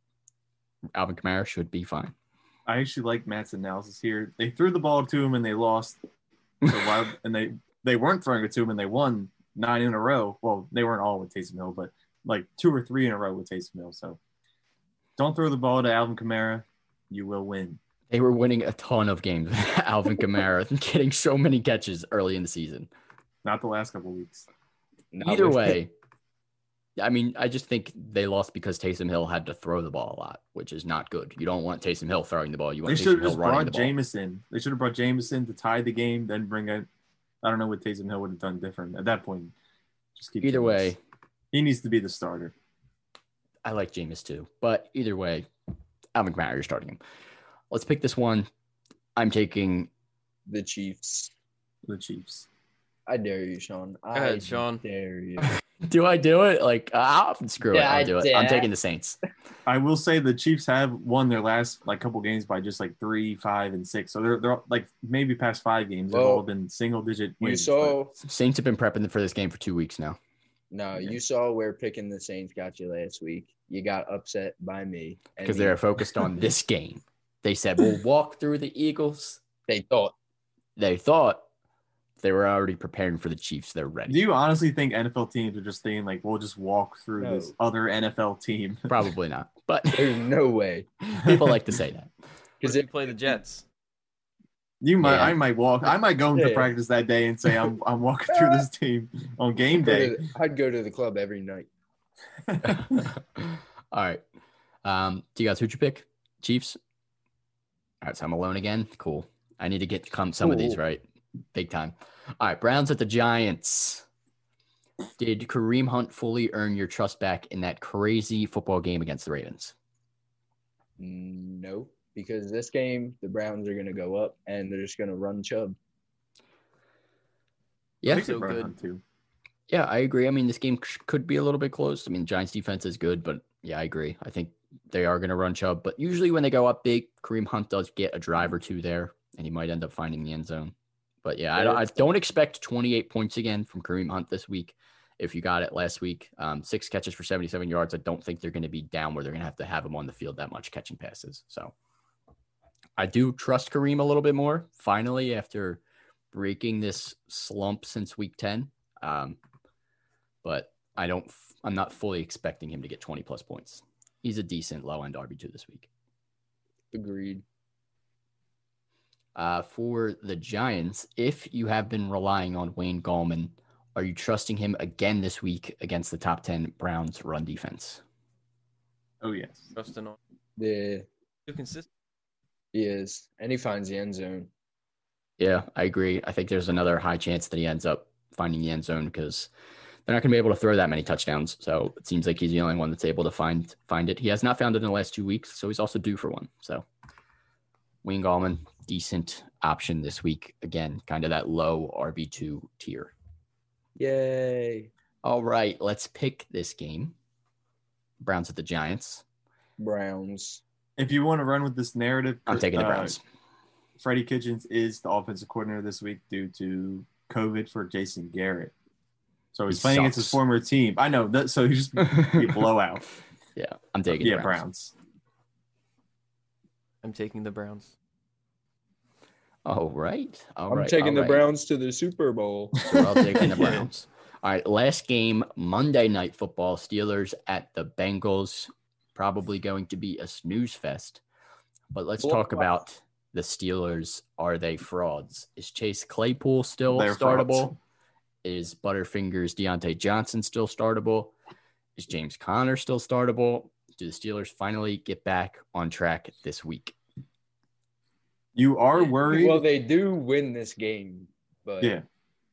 Speaker 1: Alvin Kamara should be fine.
Speaker 4: I actually like Matt's analysis here. They threw the ball to him and they lost. So why, and they they weren't throwing it to him and they won nine in a row. Well, they weren't all with Taysom Hill, but like two or three in a row with Taysom Hill. So don't throw the ball to Alvin Kamara. You will win.
Speaker 1: They were winning a ton of games with Alvin Kamara and getting so many catches early in the season.
Speaker 4: Not the last couple weeks.
Speaker 3: Not
Speaker 1: Either
Speaker 3: with-
Speaker 1: way, I mean, I just think they lost because Taysom Hill had to throw the ball a lot, which is not good. You don't want Taysom Hill throwing the ball. You
Speaker 4: They
Speaker 1: want
Speaker 4: should
Speaker 1: Taysom
Speaker 4: have
Speaker 1: Hill
Speaker 4: just
Speaker 1: running
Speaker 4: brought
Speaker 1: the ball.
Speaker 4: Jameson. They should have brought Jameson to tie the game, then bring a. I don't know what Taysom Hill would have done different at that point. Just keep
Speaker 1: Either
Speaker 4: Jameis.
Speaker 1: way,
Speaker 4: he needs to be the starter.
Speaker 1: I like Jameis too, but either way, Alvin Kamara, you're starting him. Let's pick this one. I'm taking
Speaker 3: the Chiefs.
Speaker 4: The Chiefs.
Speaker 3: I dare you, Sean. I
Speaker 2: ahead, Sean.
Speaker 3: dare you.
Speaker 1: Do I do it? Like, ah, screw
Speaker 3: Yeah,
Speaker 1: it.
Speaker 3: I
Speaker 1: I'll do it. I'm
Speaker 3: did.
Speaker 1: taking the Saints.
Speaker 4: I will say the Chiefs have won their last like couple games by just like three, five, and six. So they're they're like maybe past five games. They've
Speaker 3: Well,
Speaker 4: all been single digit
Speaker 3: You
Speaker 4: wins.
Speaker 3: saw
Speaker 1: Saints have been prepping for this game for two weeks now.
Speaker 3: no, you saw where picking the Saints got you last week. You got upset by me and
Speaker 1: because
Speaker 3: you-
Speaker 1: they're focused on this game. They said we'll walk through the Eagles.
Speaker 3: they thought
Speaker 1: They thought they were already preparing for the Chiefs. They're
Speaker 4: but-
Speaker 1: ready.
Speaker 4: do you honestly think NFL teams are just thinking like we'll just walk through
Speaker 3: No.
Speaker 4: this other NFL team?
Speaker 1: Probably not, but
Speaker 3: there's no way
Speaker 1: people like to say that.
Speaker 3: because
Speaker 2: Because they play the Jets.
Speaker 4: You might,
Speaker 1: Yeah.
Speaker 4: I might walk, I might go into
Speaker 3: Yeah.
Speaker 4: practice that day and say I'm I'm walking through this team on game day.
Speaker 3: I'd go to the club every night.
Speaker 1: All right. Um, do you guys who'd you pick? Chiefs? All right, so I'm alone again. Cool. I need to get come some of these
Speaker 3: Ooh.
Speaker 1: right, big time. All right, Browns at the Giants. Did Kareem Hunt fully earn your trust back in that crazy football game against the Ravens?
Speaker 3: No, because this game the Browns are going to go up and they're just going to run Chubb.
Speaker 1: Yeah,
Speaker 4: Pickett
Speaker 2: so
Speaker 4: brought
Speaker 2: good.
Speaker 4: on too.
Speaker 1: yeah, I agree. I mean, this game c- could be a little bit close. I mean, Giants defense is good, but yeah, I agree. I think they are going to run Chubb, but usually when they go up big, Kareem Hunt does get a drive or two there, and he might end up finding the end zone. But yeah, I don't, I don't expect 28 points again from Kareem Hunt this week. If you got it last week, um, six catches for 77 yards. I don't think they're going to be down where they're going to have to have him on the field that much catching passes. So I do trust Kareem a little bit more. Finally, after breaking this slump since week 10, um, but I don't. f- I'm not fully expecting him to get 20 plus points. He's a decent low end RB two this week.
Speaker 3: Agreed.
Speaker 1: Uh, for the Giants, if you have been relying on Wayne Gallman, are you trusting him again this week against the top 10 Browns run defense?
Speaker 4: Oh yes.
Speaker 2: Justin on
Speaker 3: The
Speaker 2: too consistent.
Speaker 3: he is, and he finds the end zone.
Speaker 1: Yeah, I agree. I think there's another high chance that he ends up finding the end zone because they're not going to be able to throw that many touchdowns. So it seems like he's the only one that's able to find find it. He has not found it in the last two weeks, so he's also due for one. So Wayne Gallman, decent option this week. Again, kind of that low RB two tier.
Speaker 3: Yay,
Speaker 1: All right, let's pick this game. Browns at the Giants.
Speaker 3: Browns.
Speaker 4: If you want to run with this narrative,
Speaker 1: I'm taking the
Speaker 4: uh,
Speaker 1: Browns.
Speaker 4: Freddie Kitchens is the offensive coordinator this week due to COVID for Jason Garrett. So he's
Speaker 1: He
Speaker 4: playing against his
Speaker 1: sucks.
Speaker 4: former team. I know that. So he's just be a blowout.
Speaker 1: yeah, I'm taking
Speaker 4: Uh, yeah,
Speaker 1: the Browns.
Speaker 4: Browns.
Speaker 2: I'm taking the Browns.
Speaker 1: All right. All
Speaker 3: I'm
Speaker 1: right,
Speaker 3: taking
Speaker 1: all
Speaker 3: the
Speaker 1: right.
Speaker 3: Browns to the Super Bowl.
Speaker 1: So we're all taking the
Speaker 4: Yeah.
Speaker 1: Browns. All right, last game Monday Night Football Steelers at the Bengals. Probably going to be a snooze fest. But let's talk about the Steelers. Are they frauds? Is Chase Claypool still
Speaker 4: They're
Speaker 1: startable?
Speaker 4: frauds.
Speaker 1: Is Butterfingers Deontay Johnson still startable? Is James Conner still startable? Do the Steelers finally get back on track this week?
Speaker 4: You are worried.
Speaker 3: well, they do win this game, but
Speaker 4: Yeah.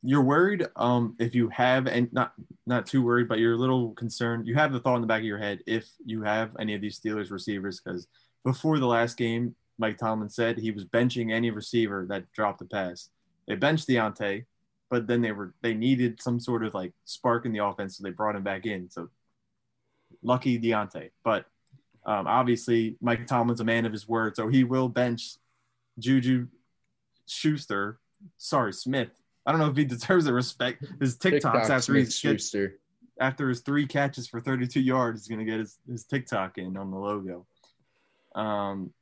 Speaker 4: You're worried um if you have and not not too worried, but you're a little concerned. You have the thought in the back of your head if you have any of these Steelers receivers because before the last game, Mike Tomlin said he was benching any receiver that dropped a pass. They benched Deontay, but then they were they needed some sort of like spark in the offense, so they brought him back in. So lucky Deontay, but um, obviously Mike Tomlin's a man of his word, so he will bench Juju Schuster. Sorry, Smith. I don't know if he deserves the respect. His TikToks
Speaker 3: TikTok
Speaker 4: after he
Speaker 3: Smith
Speaker 4: gets
Speaker 3: Schuster.
Speaker 4: after his three catches for 32 yards, he's going to get his, his TikTok in on the logo. Um,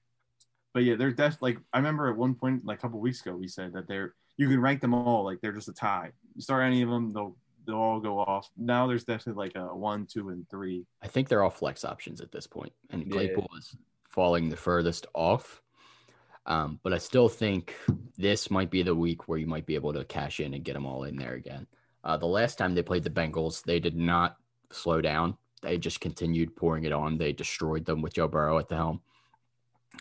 Speaker 4: but yeah, they're def like I remember at one point, like a couple weeks ago, we said that they're you can rank them all like they're just a tie. You start any of them, they'll they'll all go off. Now there's definitely like a one, two, and three.
Speaker 1: I think they're all flex options at this point, and
Speaker 3: Yeah.
Speaker 1: Claypool is falling the furthest off. Um, but I still think this might be the week where you might be able to cash in and get them all in there again. Uh, the last time they played the Bengals, they did not slow down. They just continued pouring it on. They destroyed them with Joe Burrow at the helm.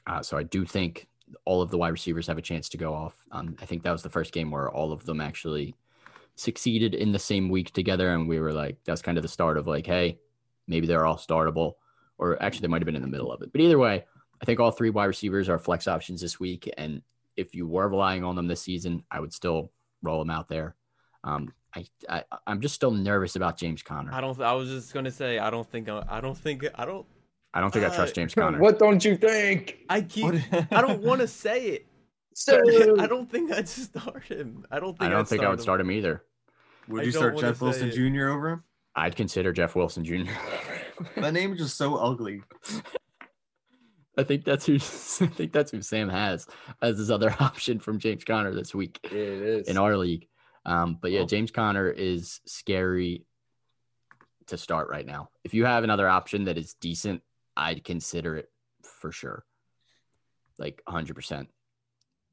Speaker 1: Uh, so I do think all of the wide receivers have a chance to go off. Um, I think that was the first game where all of them actually succeeded in the same week together, and we were like, that's kind of the start of like, hey, maybe they're all startable, or actually they might have been in the middle of it. But either way, I think all three wide receivers are flex options this week, and if you were relying on them this season, I would still roll them out there. Um, I, I I'm just still nervous about James Conner.
Speaker 2: I don't. I was just gonna say I don't think. I, I don't think. I don't.
Speaker 1: I don't think I trust
Speaker 2: uh,
Speaker 1: James Conner.
Speaker 3: What don't you think?
Speaker 2: I keep.
Speaker 4: What-
Speaker 2: I don't want to say it.
Speaker 3: So
Speaker 2: I don't think I'd start him. I don't
Speaker 1: I
Speaker 2: think.
Speaker 1: don't
Speaker 2: I'd
Speaker 1: think I would
Speaker 2: him.
Speaker 1: start him either.
Speaker 4: Would
Speaker 2: I
Speaker 4: you
Speaker 2: don't
Speaker 4: start
Speaker 2: wanna
Speaker 4: Jeff Wilson
Speaker 2: say it.
Speaker 4: Jr. over him?
Speaker 1: I'd consider Jeff Wilson Jr.
Speaker 4: That name is just so ugly.
Speaker 1: I think that's who I think that's who Sam has as his other option from James Conner this week
Speaker 3: Yeah, it is.
Speaker 1: in our league. Um, but yeah,
Speaker 4: Well-
Speaker 1: James Conner is scary to start right now. If you have another option that is decent, I'd consider it for sure. Like 100%.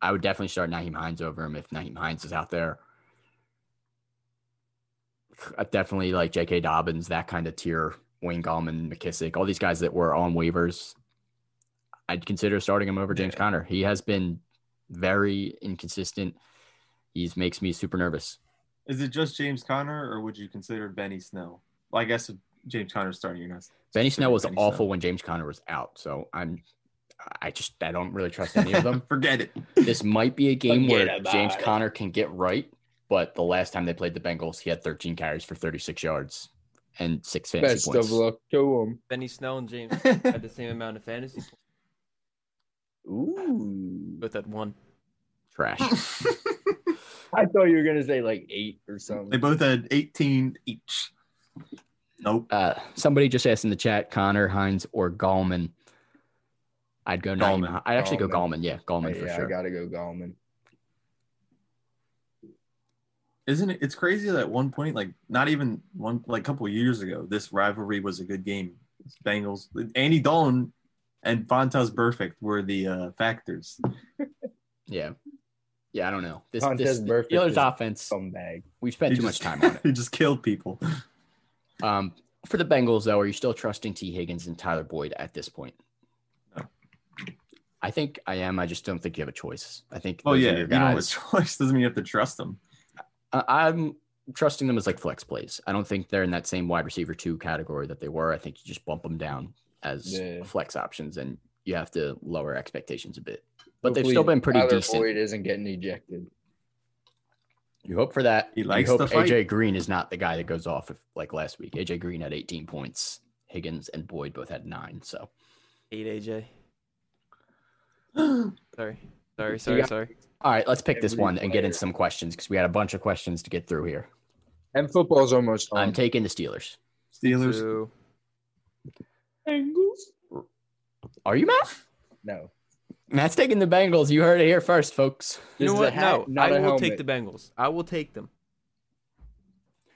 Speaker 1: I would definitely start Naheem Hines over him if Naheem Hines is out there. I definitely like J.K. Dobbins, that kind of tier, Wayne Gallman, McKissick, all these guys that were on waivers. I'd consider starting him over James Conner. He has been very inconsistent. He makes me super nervous.
Speaker 4: Is it just James Conner, or would you consider Benny Snell? Well, I guess if James Conner's starting, you're not.
Speaker 1: Benny Snell was
Speaker 4: Benny Snell.
Speaker 1: awful when James Conner was out, so I'm I just I don't really trust any of them.
Speaker 4: Forget it.
Speaker 1: this might be a game where
Speaker 3: Forget about
Speaker 1: James
Speaker 3: it.
Speaker 1: Conner can get right, but the last time they played the Bengals, he had 13 carries for 36 yards and six fantasy
Speaker 3: Best
Speaker 1: points.
Speaker 3: of luck to him.
Speaker 2: Benny Snell and James had the same amount of fantasy points,
Speaker 3: Ooh.
Speaker 2: both had one.
Speaker 1: Trash.
Speaker 3: I thought you were gonna say like eight or
Speaker 4: they
Speaker 3: something.
Speaker 4: both had 18 each. Nope.
Speaker 1: Uh, somebody just asked in the chat, Connor, Hines, or Gallman. I'd go Naeem.
Speaker 4: Gallman.
Speaker 1: Hi- I'd actually go Gallman. Yeah, Gallman for
Speaker 3: yeah,
Speaker 1: sure.
Speaker 3: I gotta go Gallman.
Speaker 4: Isn't it? It's crazy that at one point, like not even one, like a couple years ago, this rivalry was a good game. Bengals, Andy Dalton, and Fontas Perfect were the uh, factors.
Speaker 1: yeah. Yeah, I don't know. This,
Speaker 3: Contest
Speaker 1: this the
Speaker 3: Burfict
Speaker 1: Steelers
Speaker 3: is-
Speaker 1: offense,
Speaker 3: Some bag.
Speaker 1: we've spent
Speaker 4: He
Speaker 1: too much
Speaker 4: just-
Speaker 1: time on
Speaker 4: He just killed people.
Speaker 1: it. Um, for the Bengals, though, are you still trusting T. Higgins and Tyler Boyd at this point?
Speaker 4: No.
Speaker 1: I think I am. I just don't think you have a choice. I think.
Speaker 4: Oh
Speaker 1: those are
Speaker 4: yeah,
Speaker 1: your
Speaker 4: you don't have a choice. Doesn't mean you have to trust them.
Speaker 1: I- I'm trusting them as like flex plays. I don't think they're in that same wide receiver two category that they were. I think you just bump them down as
Speaker 3: Yeah.
Speaker 1: flex options, and you have to lower expectations a bit. But they've
Speaker 3: Hopefully
Speaker 1: still been pretty
Speaker 3: Tyler
Speaker 1: decent.
Speaker 3: Boyd isn't getting ejected.
Speaker 1: You hope for that.
Speaker 4: He likes
Speaker 1: you
Speaker 4: to
Speaker 1: hope
Speaker 4: fight.
Speaker 1: AJ Green is not the guy that goes off if, like last week. AJ Green had 18 points. Higgins and Boyd both had nine. So
Speaker 2: Eight AJ.
Speaker 4: All
Speaker 2: Sorry, sorry, sorry,
Speaker 3: got-
Speaker 2: sorry.
Speaker 1: all right, let's pick this
Speaker 3: Every
Speaker 1: one and get
Speaker 3: player.
Speaker 1: into some questions because we had a bunch of questions to get through here.
Speaker 3: And football's almost
Speaker 1: I'm
Speaker 3: on.
Speaker 1: taking the Steelers.
Speaker 4: Steelers.
Speaker 2: Two.
Speaker 3: Bengals?
Speaker 1: Are you Matt?
Speaker 3: No.
Speaker 1: Matt's taking the Bengals. You heard it here first, folks.
Speaker 2: You
Speaker 3: This
Speaker 2: know
Speaker 3: is a
Speaker 2: what?
Speaker 3: hat,
Speaker 2: no,
Speaker 3: not
Speaker 2: I
Speaker 3: a
Speaker 2: will take
Speaker 3: helmet.
Speaker 2: the Bengals. I will take them.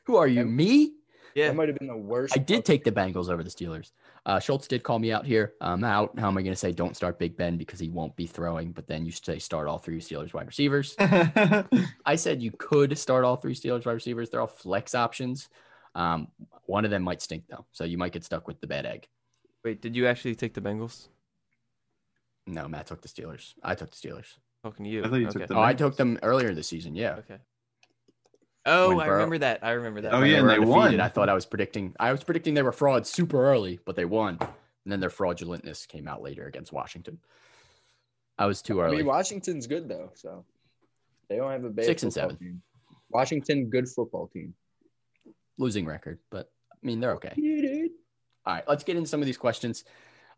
Speaker 1: Who are you?
Speaker 3: Um,
Speaker 1: Me?
Speaker 2: Yeah,
Speaker 3: That might have been the worst.
Speaker 1: I did take the Bengals over the Steelers. Uh, Schultz did call me out here. I'm out. How am I going to say don't start Big Ben because he won't be throwing? But then you say start all three Steelers wide receivers. I said you could start all three Steelers wide receivers. They're all flex options. Um, one of them might stink though, so you might get stuck with the bad egg.
Speaker 2: Wait, did you actually take the Bengals?
Speaker 1: No, Matt took the Steelers. I took the Steelers.
Speaker 2: Talking to you.
Speaker 4: I thought you
Speaker 2: okay.
Speaker 4: took the
Speaker 1: oh, I
Speaker 4: Bengals.
Speaker 1: took them earlier this season. Yeah.
Speaker 2: Okay. Oh,
Speaker 1: When
Speaker 2: I
Speaker 1: Burrow-
Speaker 2: remember that. I remember that.
Speaker 4: Oh,
Speaker 1: When
Speaker 4: yeah,
Speaker 1: were
Speaker 4: and they won.
Speaker 1: undefeated, I thought I was predicting. I was predicting they were frauds super early, but they won. And then their fraudulentness came out later against Washington. I was too
Speaker 3: I
Speaker 1: early.
Speaker 3: mean, Washington's good though, so they don't have a bad
Speaker 1: Six and
Speaker 3: football
Speaker 1: seven.
Speaker 3: Team. Washington, good football team.
Speaker 1: losing record, but I mean they're okay.
Speaker 3: Yeah, dude.
Speaker 1: All right, let's get into some of these questions.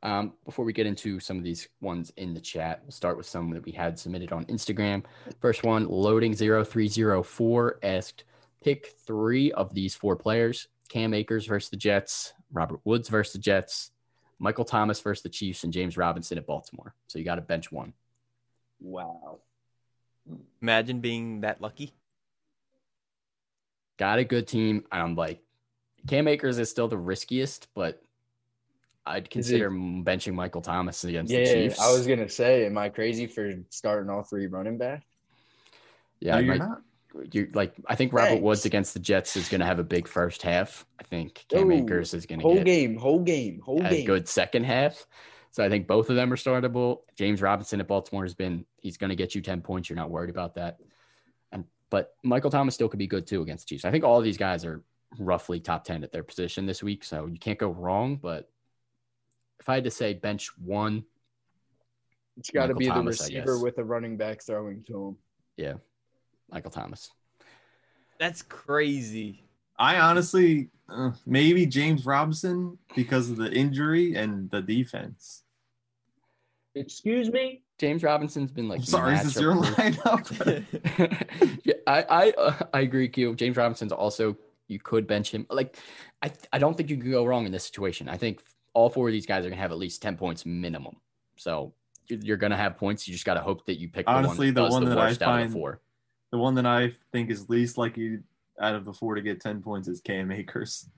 Speaker 1: Um, before we get into some of these ones in the chat, we'll start with some that we had submitted on Instagram. First one, loading 0304 asked, pick three of these four players Cam Akers versus the Jets, Robert Woods versus the Jets, Michael Thomas versus the Chiefs, and James Robinson at Baltimore. So you got to bench one.
Speaker 3: Wow.
Speaker 2: Imagine being that lucky.
Speaker 1: Got a good team. and I'm like, Cam Akers is still the riskiest, but I'd consider benching Michael Thomas against the
Speaker 3: Yeah,
Speaker 1: Chiefs.
Speaker 3: I was gonna say, am I crazy for starting all three running backs?
Speaker 1: yeah,
Speaker 4: no,
Speaker 1: I
Speaker 4: you're
Speaker 1: might-
Speaker 4: not.
Speaker 1: you like I think Robert
Speaker 3: Thanks.
Speaker 1: Woods against the Jets is going to have a big first half. I think Cam
Speaker 3: Ooh,
Speaker 1: Akers is going to
Speaker 3: Whole
Speaker 1: get
Speaker 3: game, whole game, whole
Speaker 1: a
Speaker 3: game.
Speaker 1: good second half. So I think both of them are startable. James Robinson at Baltimore has been he's going to get you 10 points. You're not worried about that. And but Michael Thomas still could be good too against the Chiefs. I think all of these guys are roughly top 10 at their position this week, so you can't go wrong, but if I had to say bench one,
Speaker 3: It's got to
Speaker 1: Michael
Speaker 3: be the
Speaker 1: Thomas, I
Speaker 3: receiver
Speaker 1: guess.
Speaker 3: with a running back throwing to him.
Speaker 1: Michael Thomas.
Speaker 2: That's crazy.
Speaker 4: I honestly, uh, maybe James Robinson because of the injury and the defense.
Speaker 3: Excuse me.
Speaker 1: James Robinson's been like
Speaker 4: I'm sorry, is this your
Speaker 1: matchup-proof.
Speaker 4: lineup?
Speaker 1: yeah, I I, uh, I agree, Q. James Robinson's also you could bench him. Like, I I don't think you can go wrong in this situation. I think all four of these guys are gonna have at least ten points minimum. So you- you're gonna have points. You just gotta hope that you pick
Speaker 4: Honestly, the
Speaker 1: the one, that does
Speaker 4: one that I
Speaker 1: worst out of
Speaker 4: find-
Speaker 1: the four.
Speaker 4: the one that I think is least likely out of the four to get 10 points is Cam Akers.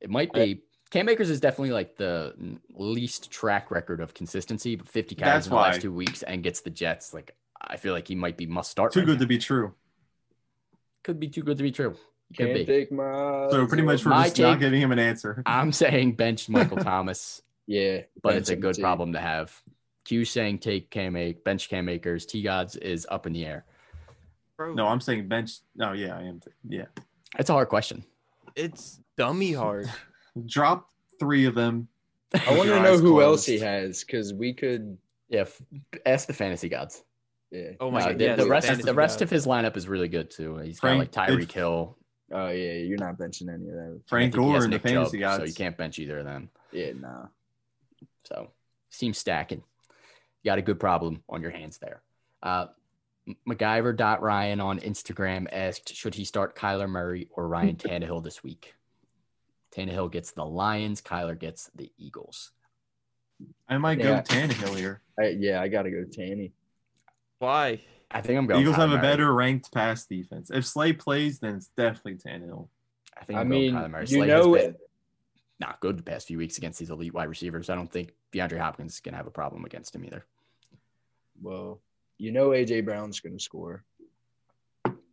Speaker 1: It might be. Cam Akers is definitely like the least track record of consistency, but 50 carries
Speaker 4: That's
Speaker 1: in the last
Speaker 4: why.
Speaker 1: two weeks and gets the Jets. Like, I feel like he might be must start.
Speaker 4: Too
Speaker 1: right
Speaker 4: good
Speaker 1: now.
Speaker 4: to be true.
Speaker 1: Could be too good to be true. Could
Speaker 3: Can't
Speaker 1: be.
Speaker 3: take my.
Speaker 4: So pretty much we're
Speaker 1: My
Speaker 4: just not
Speaker 1: take-
Speaker 4: giving him an answer.
Speaker 1: I'm saying bench Michael Thomas.
Speaker 3: yeah,
Speaker 1: but it's a
Speaker 3: Benson
Speaker 1: good
Speaker 3: too.
Speaker 1: problem to have. Q saying take Cam Ake, bench Cam Akers. T Gods is up in the air.
Speaker 2: Bro,
Speaker 4: No, I'm saying bench. No, yeah, I am. yeah,
Speaker 1: It's a hard question.
Speaker 2: it's dummy hard.
Speaker 4: drop three of them.
Speaker 3: I want to
Speaker 4: Your
Speaker 3: know
Speaker 4: eyes
Speaker 3: who else
Speaker 4: closed.
Speaker 3: he has because we could.
Speaker 1: Yeah, f- ask the fantasy gods.
Speaker 3: Yeah.
Speaker 2: Oh my
Speaker 1: No,
Speaker 2: god.
Speaker 1: the,
Speaker 2: yes,
Speaker 1: the rest,
Speaker 2: fantasy
Speaker 1: the rest
Speaker 2: god.
Speaker 1: of his lineup is really good too. He's got
Speaker 4: Frank-
Speaker 1: like Tyreek Hill.
Speaker 3: Oh yeah, you're not benching any of those.
Speaker 1: and I
Speaker 4: Frank
Speaker 1: think he
Speaker 4: Gore
Speaker 1: has
Speaker 4: and the
Speaker 1: Nick Chubb,
Speaker 4: fantasy gods.
Speaker 1: so you can't bench either of them.
Speaker 3: Yeah, nah.
Speaker 1: So seems stacking. You got a good problem on your hands there. Uh, MacGyver.Ryan on Instagram asked, should he start Kyler Murray or Ryan Tannehill this week? Tannehill gets the Lions, Kyler gets the Eagles.
Speaker 4: I might
Speaker 3: Yeah.
Speaker 4: go Tannehill here.
Speaker 3: I, yeah, I gotta go Tanny.
Speaker 2: Why?
Speaker 1: I think I'm going.
Speaker 4: Eagles
Speaker 1: Kyler
Speaker 4: have a
Speaker 1: Murray.
Speaker 4: better ranked pass defense. If Slay plays, then it's definitely Tannehill.
Speaker 1: I think
Speaker 3: I
Speaker 1: I'm
Speaker 3: mean,
Speaker 1: going Kyler Murray.
Speaker 3: you
Speaker 1: Slay
Speaker 3: know,
Speaker 1: has been not good the past few weeks against these elite wide receivers. I don't think DeAndre Hopkins is going to have a problem against him either.
Speaker 3: well, you know AJ Brown's gonna score.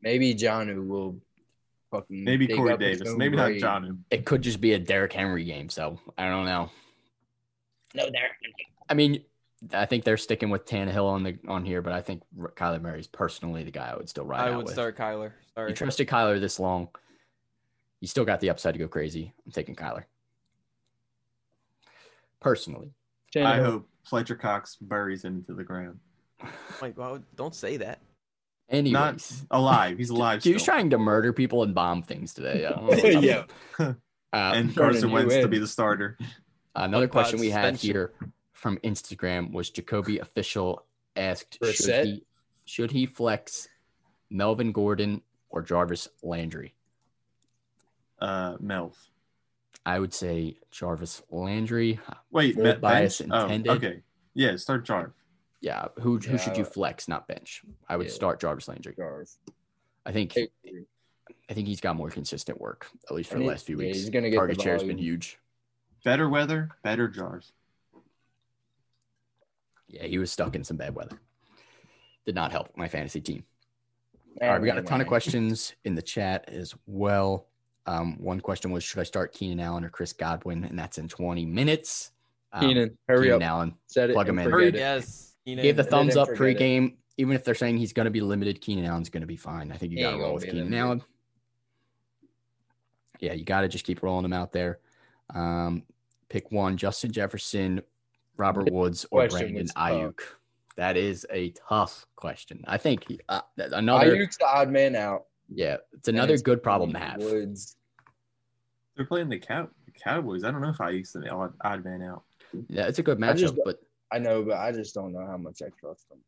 Speaker 3: Maybe Johnu will fucking
Speaker 4: Maybe
Speaker 3: dig
Speaker 4: Corey
Speaker 3: up his
Speaker 4: Davis.
Speaker 3: own
Speaker 4: Maybe not
Speaker 3: grade.
Speaker 4: Johnu.
Speaker 1: It could just be a Derrick Henry game, so I don't know.
Speaker 3: No, there.
Speaker 1: I mean, I think they're sticking with Tannehill on the on here, but I think R- Kyler Murray's personally the guy I would still ride
Speaker 2: I
Speaker 1: out
Speaker 2: would
Speaker 1: with.
Speaker 2: start Kyler. Sorry.
Speaker 1: You trusted Kyler this long. You still got the upside to go crazy. I'm taking Kyler. Personally.
Speaker 4: I
Speaker 3: Tannehill.
Speaker 4: hope Fletcher Cox buries him to the ground.
Speaker 2: Like, why would- don't say that.
Speaker 1: Anyways.
Speaker 4: Alive. He's alive.
Speaker 1: Dude's
Speaker 4: still.
Speaker 1: trying to murder people and bomb things today. I don't know what's up.
Speaker 3: Yeah.
Speaker 1: Uh,
Speaker 3: Turning
Speaker 4: and Carson
Speaker 3: you
Speaker 4: Wentz to
Speaker 3: in.
Speaker 4: be the starter.
Speaker 1: Another
Speaker 2: What about
Speaker 1: question we had
Speaker 2: suspension?
Speaker 1: here from Instagram was Jacoby official asked should
Speaker 3: Brissett?
Speaker 1: he, should he flex Melvin Gordon or Jarvis Landry?
Speaker 4: Uh, Melf.
Speaker 1: I would say Jarvis Landry.
Speaker 4: Wait,
Speaker 1: Full
Speaker 4: Met
Speaker 1: bias
Speaker 4: bench? Oh,
Speaker 1: intended.
Speaker 4: okay. Yeah, start Jarv.
Speaker 1: Yeah, who who
Speaker 3: Yeah,
Speaker 1: should
Speaker 3: I
Speaker 1: you
Speaker 3: would-
Speaker 1: flex, not bench? I would
Speaker 3: Yeah.
Speaker 1: start Jarvis Landry.
Speaker 3: Jarv.
Speaker 1: I think
Speaker 3: Hey,
Speaker 1: I think he's got more consistent work at least for
Speaker 3: and
Speaker 1: the
Speaker 3: he-
Speaker 1: last few
Speaker 3: yeah,
Speaker 1: weeks.
Speaker 3: he's gonna get
Speaker 1: Target
Speaker 3: the
Speaker 1: share has been
Speaker 3: volume.
Speaker 1: huge.
Speaker 4: Better weather, better Jarv.
Speaker 1: Yeah, he was stuck in some bad weather. Did not help my fantasy team. All right, we got a ton of
Speaker 3: Anyway.
Speaker 1: questions in the chat as well. Um, one question was, should I start Keenan Allen or Chris Godwin? And that's in 20 minutes. Um,
Speaker 3: Keenan, hurry
Speaker 1: Keenan
Speaker 3: up.
Speaker 1: Allen
Speaker 3: Set it.
Speaker 1: plug
Speaker 3: and
Speaker 1: him in.
Speaker 3: forget it.
Speaker 2: Yes. You know,
Speaker 1: gave the
Speaker 3: They
Speaker 1: thumbs
Speaker 3: didn't
Speaker 1: up
Speaker 3: forget it.
Speaker 1: pregame. Even if they're saying he's going to be limited, Keenan Allen's going to be fine. I think you
Speaker 3: He
Speaker 1: got to
Speaker 3: ain't
Speaker 1: roll
Speaker 3: gonna
Speaker 1: with
Speaker 3: be
Speaker 1: Keenan
Speaker 3: limited.
Speaker 1: Allen. Yeah, you got to just keep rolling them out there. Um, pick one: Justin Jefferson, Robert Woods, or
Speaker 3: question
Speaker 1: Brandon
Speaker 3: was tough.
Speaker 1: Ayuk. That is a tough question. I think he, uh, th- another.
Speaker 3: Ayuk's the odd man out.
Speaker 1: Yeah, it's
Speaker 3: and
Speaker 1: another
Speaker 3: it's
Speaker 1: good problem to have.
Speaker 3: Woods.
Speaker 4: They're playing the Cow- Cowboys. I don't know if I used the odd, odd man out.
Speaker 1: Yeah, it's a good
Speaker 3: I
Speaker 1: matchup,
Speaker 3: just
Speaker 1: but
Speaker 3: I know, but I just don't know how much I trust him.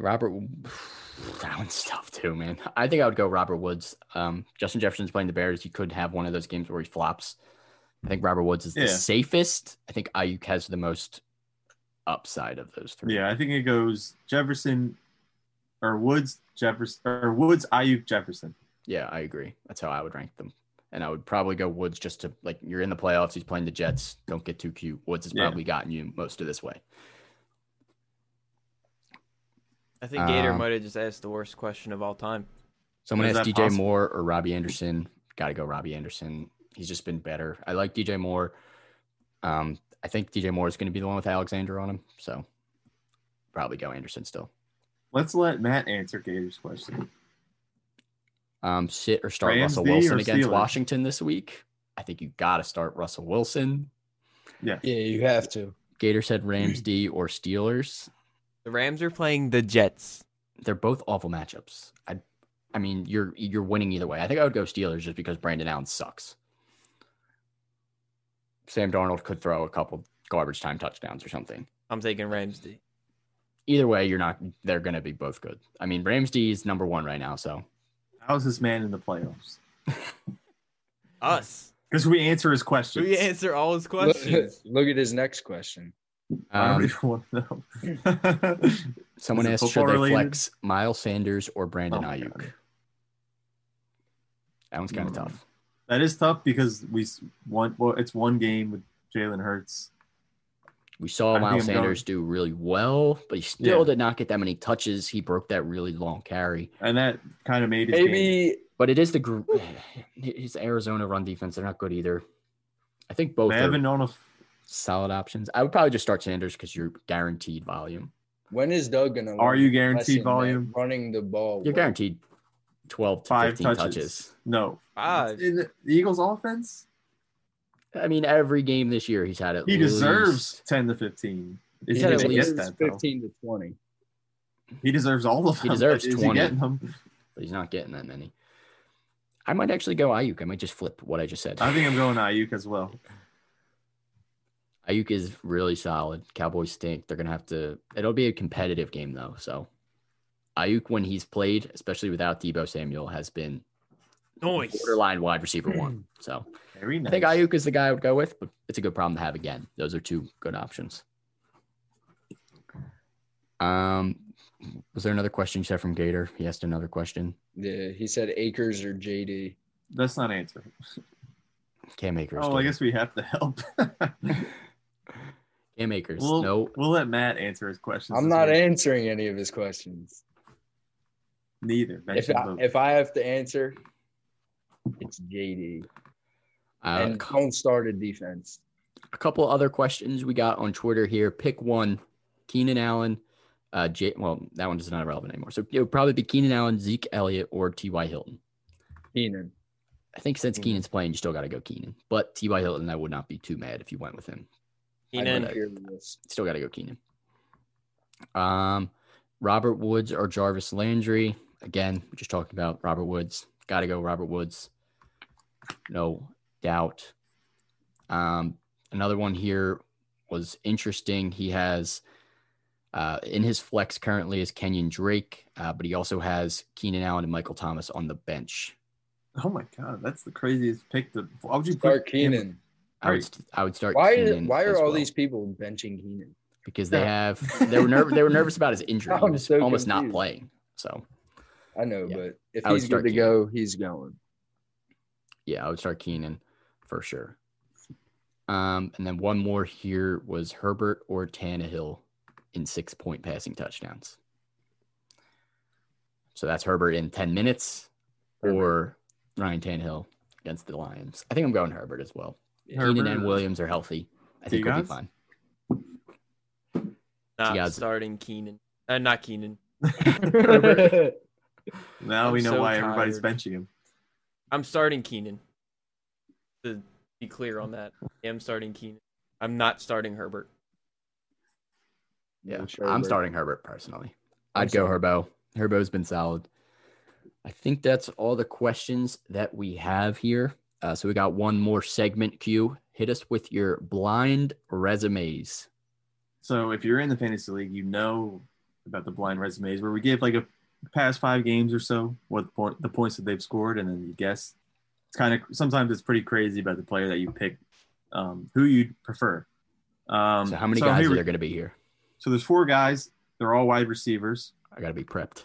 Speaker 1: Robert, that one's tough too, man. I think I would go Robert Woods. Um, Justin Jefferson's playing the Bears. He could have one of those games where he flops. I think Robert Woods is
Speaker 4: Yeah.
Speaker 1: the safest. I think Ayuk has the most upside of those three.
Speaker 4: Yeah, I think it goes Jefferson or Woods, Jefferson or Woods, Ayuk, Jefferson.
Speaker 1: Yeah, I agree. That's how I would rank them. And I would probably go Woods just to like you're in the playoffs. He's playing the Jets. Don't get too cute. Woods has
Speaker 4: Yeah.
Speaker 1: probably gotten you most of this way.
Speaker 2: I think Gator
Speaker 1: Um,
Speaker 2: might have just asked the worst question of all time.
Speaker 1: Someone
Speaker 4: Is
Speaker 1: asked
Speaker 4: that
Speaker 1: DJ
Speaker 4: possible?
Speaker 1: Moore or Robbie Anderson. Got to go Robbie Anderson. He's just been better. I like DJ Moore. Um, I think DJ Moore is going to be the one with Alexander on him, so probably go Anderson still.
Speaker 4: Let's let Matt answer Gator's question.
Speaker 1: Um, sit or start
Speaker 4: Rams
Speaker 1: Russell
Speaker 4: D
Speaker 1: Wilson
Speaker 4: or
Speaker 1: against
Speaker 4: Steelers?
Speaker 1: Washington this week. I think you got to start Russell Wilson.
Speaker 3: Yeah, you have to.
Speaker 1: Gator said Rams
Speaker 4: Hmm.
Speaker 1: D or Steelers.
Speaker 2: The Rams are playing the Jets.
Speaker 1: They're both awful matchups. I, I mean, you're you're winning either way. I think I would go Steelers just because Brandon Allen sucks. Sam Darnold could throw a couple garbage time touchdowns or something.
Speaker 2: I'm taking Rams D.
Speaker 1: either way, you're not. They're going to be both good. I mean, Rams D is number one right now, so
Speaker 4: How's this man in the playoffs?
Speaker 2: Us.
Speaker 4: Because we answer his questions.
Speaker 2: We answer all his
Speaker 3: Look,
Speaker 2: questions.
Speaker 3: look at his next question.
Speaker 4: I
Speaker 1: um,
Speaker 4: don't even want to know.
Speaker 1: someone
Speaker 4: Is it
Speaker 1: asked should
Speaker 4: football
Speaker 1: they
Speaker 4: related?
Speaker 1: flex Miles Sanders or Brandon
Speaker 4: Oh my
Speaker 1: Ayuk.
Speaker 4: God.
Speaker 1: That one's kind of
Speaker 4: Mm.
Speaker 1: tough.
Speaker 4: that is tough because we s- one. Well, it's one game with Jalen Hurts.
Speaker 1: We saw
Speaker 4: I think
Speaker 1: Miles
Speaker 4: I'm going-
Speaker 1: Sanders do really well, but he still
Speaker 4: Yeah.
Speaker 1: did not get that many touches. He broke that really long carry,
Speaker 4: and that kind of made his game.
Speaker 3: Maybe
Speaker 1: but it is the group. His Arizona run defense; they're not good either. I think both. are-
Speaker 4: They haven't on a
Speaker 1: Solid options. I would probably just start Sanders because you're guaranteed volume.
Speaker 3: When is Doug gonna?
Speaker 4: Are
Speaker 3: learn
Speaker 4: you
Speaker 3: the
Speaker 4: guaranteed
Speaker 3: lesson that
Speaker 4: volume?
Speaker 3: Running the ball.
Speaker 1: You're
Speaker 3: works?
Speaker 1: guaranteed 12 to
Speaker 4: Five
Speaker 1: 15 touches.
Speaker 4: touches. No.
Speaker 2: Five.
Speaker 4: In the Eagles offense,
Speaker 1: I mean, every game this year he's had it.
Speaker 4: he deserves 10 to 15.
Speaker 1: He's
Speaker 3: He
Speaker 4: Is he
Speaker 1: had at
Speaker 4: gonna
Speaker 1: least
Speaker 4: get
Speaker 3: deserves
Speaker 4: that, though?
Speaker 3: fifteen to twenty.
Speaker 4: He deserves all of them.
Speaker 1: He deserves
Speaker 4: Is
Speaker 1: 20.
Speaker 4: getting them?
Speaker 1: but he's not getting that many. I might actually go Ayuk. I might just flip what I just said.
Speaker 4: I think I'm going Ayuk as well.
Speaker 1: Ayuk is really solid. Cowboys stink. They're gonna have to. It'll be a competitive game though. So Ayuk, when he's played, especially without Debo Samuel, has been
Speaker 2: Noise.
Speaker 1: borderline wide receiver one. So
Speaker 4: Very
Speaker 1: I
Speaker 4: nice.
Speaker 1: think Ayuk is the guy I would go with, but it's a good problem to have again. Those are two good options. Um, was there another question you said from Gator? He asked another question.
Speaker 3: Yeah, he said Akers or JD.
Speaker 4: That's not answering.
Speaker 1: Cam Akers.
Speaker 4: Oh, I
Speaker 1: Gator.
Speaker 4: guess we have to help.
Speaker 1: Cam Akers.
Speaker 4: Well-
Speaker 1: no,
Speaker 4: we'll let Matt answer his questions.
Speaker 3: I'm
Speaker 4: this
Speaker 3: not
Speaker 4: week.
Speaker 3: answering any of his questions.
Speaker 4: Neither.
Speaker 3: If
Speaker 4: Mention
Speaker 3: I,
Speaker 4: both.
Speaker 3: if I have to answer, it's JD.
Speaker 1: Uh,
Speaker 3: And don't start a defense.
Speaker 1: a couple other questions we got on Twitter here. Pick one: Keenan Allen. Uh, J- well, that one is not relevant anymore. So it would probably be Keenan Allen, Zeke Elliott, or T.Y. Hilton.
Speaker 3: Keenan.
Speaker 1: I think since
Speaker 4: Hmm.
Speaker 3: Mhm.
Speaker 1: Keenan's playing, you still got to go Keenan. But T.Y. Hilton, I would not be too mad if you went with him.
Speaker 2: Keenan.
Speaker 3: I don't hear this.
Speaker 1: Still got to go Keenan. Um, Robert Woods or Jarvis Landry. Again, just talking about Robert Woods. Got to go Robert Woods. No doubt. Um, another one here was interesting. He has uh, in his flex currently is Kenyon Drake, uh, but he also has Keenan Allen and Michael Thomas on the bench.
Speaker 4: oh my god, that's the craziest pick. To, why would you
Speaker 3: Start
Speaker 4: put him-
Speaker 3: Keenan.
Speaker 1: I would
Speaker 4: Right.
Speaker 1: st- I would start.
Speaker 3: Why is,
Speaker 1: Keenan
Speaker 3: why are
Speaker 1: as
Speaker 3: all
Speaker 1: well.
Speaker 3: these people benching Keenan?
Speaker 1: because they
Speaker 4: Yeah.
Speaker 1: have they were nervous they were nervous about his injury. He
Speaker 3: I'm
Speaker 1: was
Speaker 3: so
Speaker 1: almost not
Speaker 3: confused.
Speaker 1: playing. So
Speaker 3: I know,
Speaker 1: Yeah.
Speaker 3: but if
Speaker 1: I would
Speaker 3: he's
Speaker 1: start
Speaker 3: good to
Speaker 1: Keenan.
Speaker 3: go, he's going.
Speaker 1: yeah, I would start Keenan for sure. Um, and then one more here was Herbert or Tannehill in six point passing touchdowns. So that's Herbert in ten minutes or Ryan Tannehill against the Lions. I think I'm going Herbert as well. Keenan
Speaker 4: Herbert
Speaker 1: and
Speaker 4: or-
Speaker 1: Williams are healthy. I think we'll be
Speaker 4: Degas?
Speaker 1: fine.
Speaker 2: Not
Speaker 1: Diaz.
Speaker 2: starting Keenan. Uh, not Keenan.
Speaker 4: Now
Speaker 2: I'm
Speaker 4: we know
Speaker 2: so
Speaker 4: why everybody's
Speaker 2: tired.
Speaker 4: benching him.
Speaker 2: I'm starting Keenan. To be clear on that, I am starting Keenan. I'm not starting Herbert.
Speaker 1: Yeah,
Speaker 3: No
Speaker 1: I'm
Speaker 3: Sherbert.
Speaker 1: starting Herbert personally.
Speaker 3: I'm
Speaker 1: I'd go Herbo. Herbo's been solid. I think that's all the questions that we have here. Uh, so we got one more segment. Q, hit us with your blind resumes.
Speaker 4: So if you're in the fantasy league, you know about the blind resumes where we give like a past five games or so what point the points that they've scored, and then you guess. It's kind of sometimes it's pretty crazy about the player that you pick, um, who you prefer. Um,
Speaker 1: so how many guys
Speaker 4: here
Speaker 1: are
Speaker 4: we-
Speaker 1: there going to be here?
Speaker 4: So there's four guys. They're all wide receivers.
Speaker 1: I got to be prepped.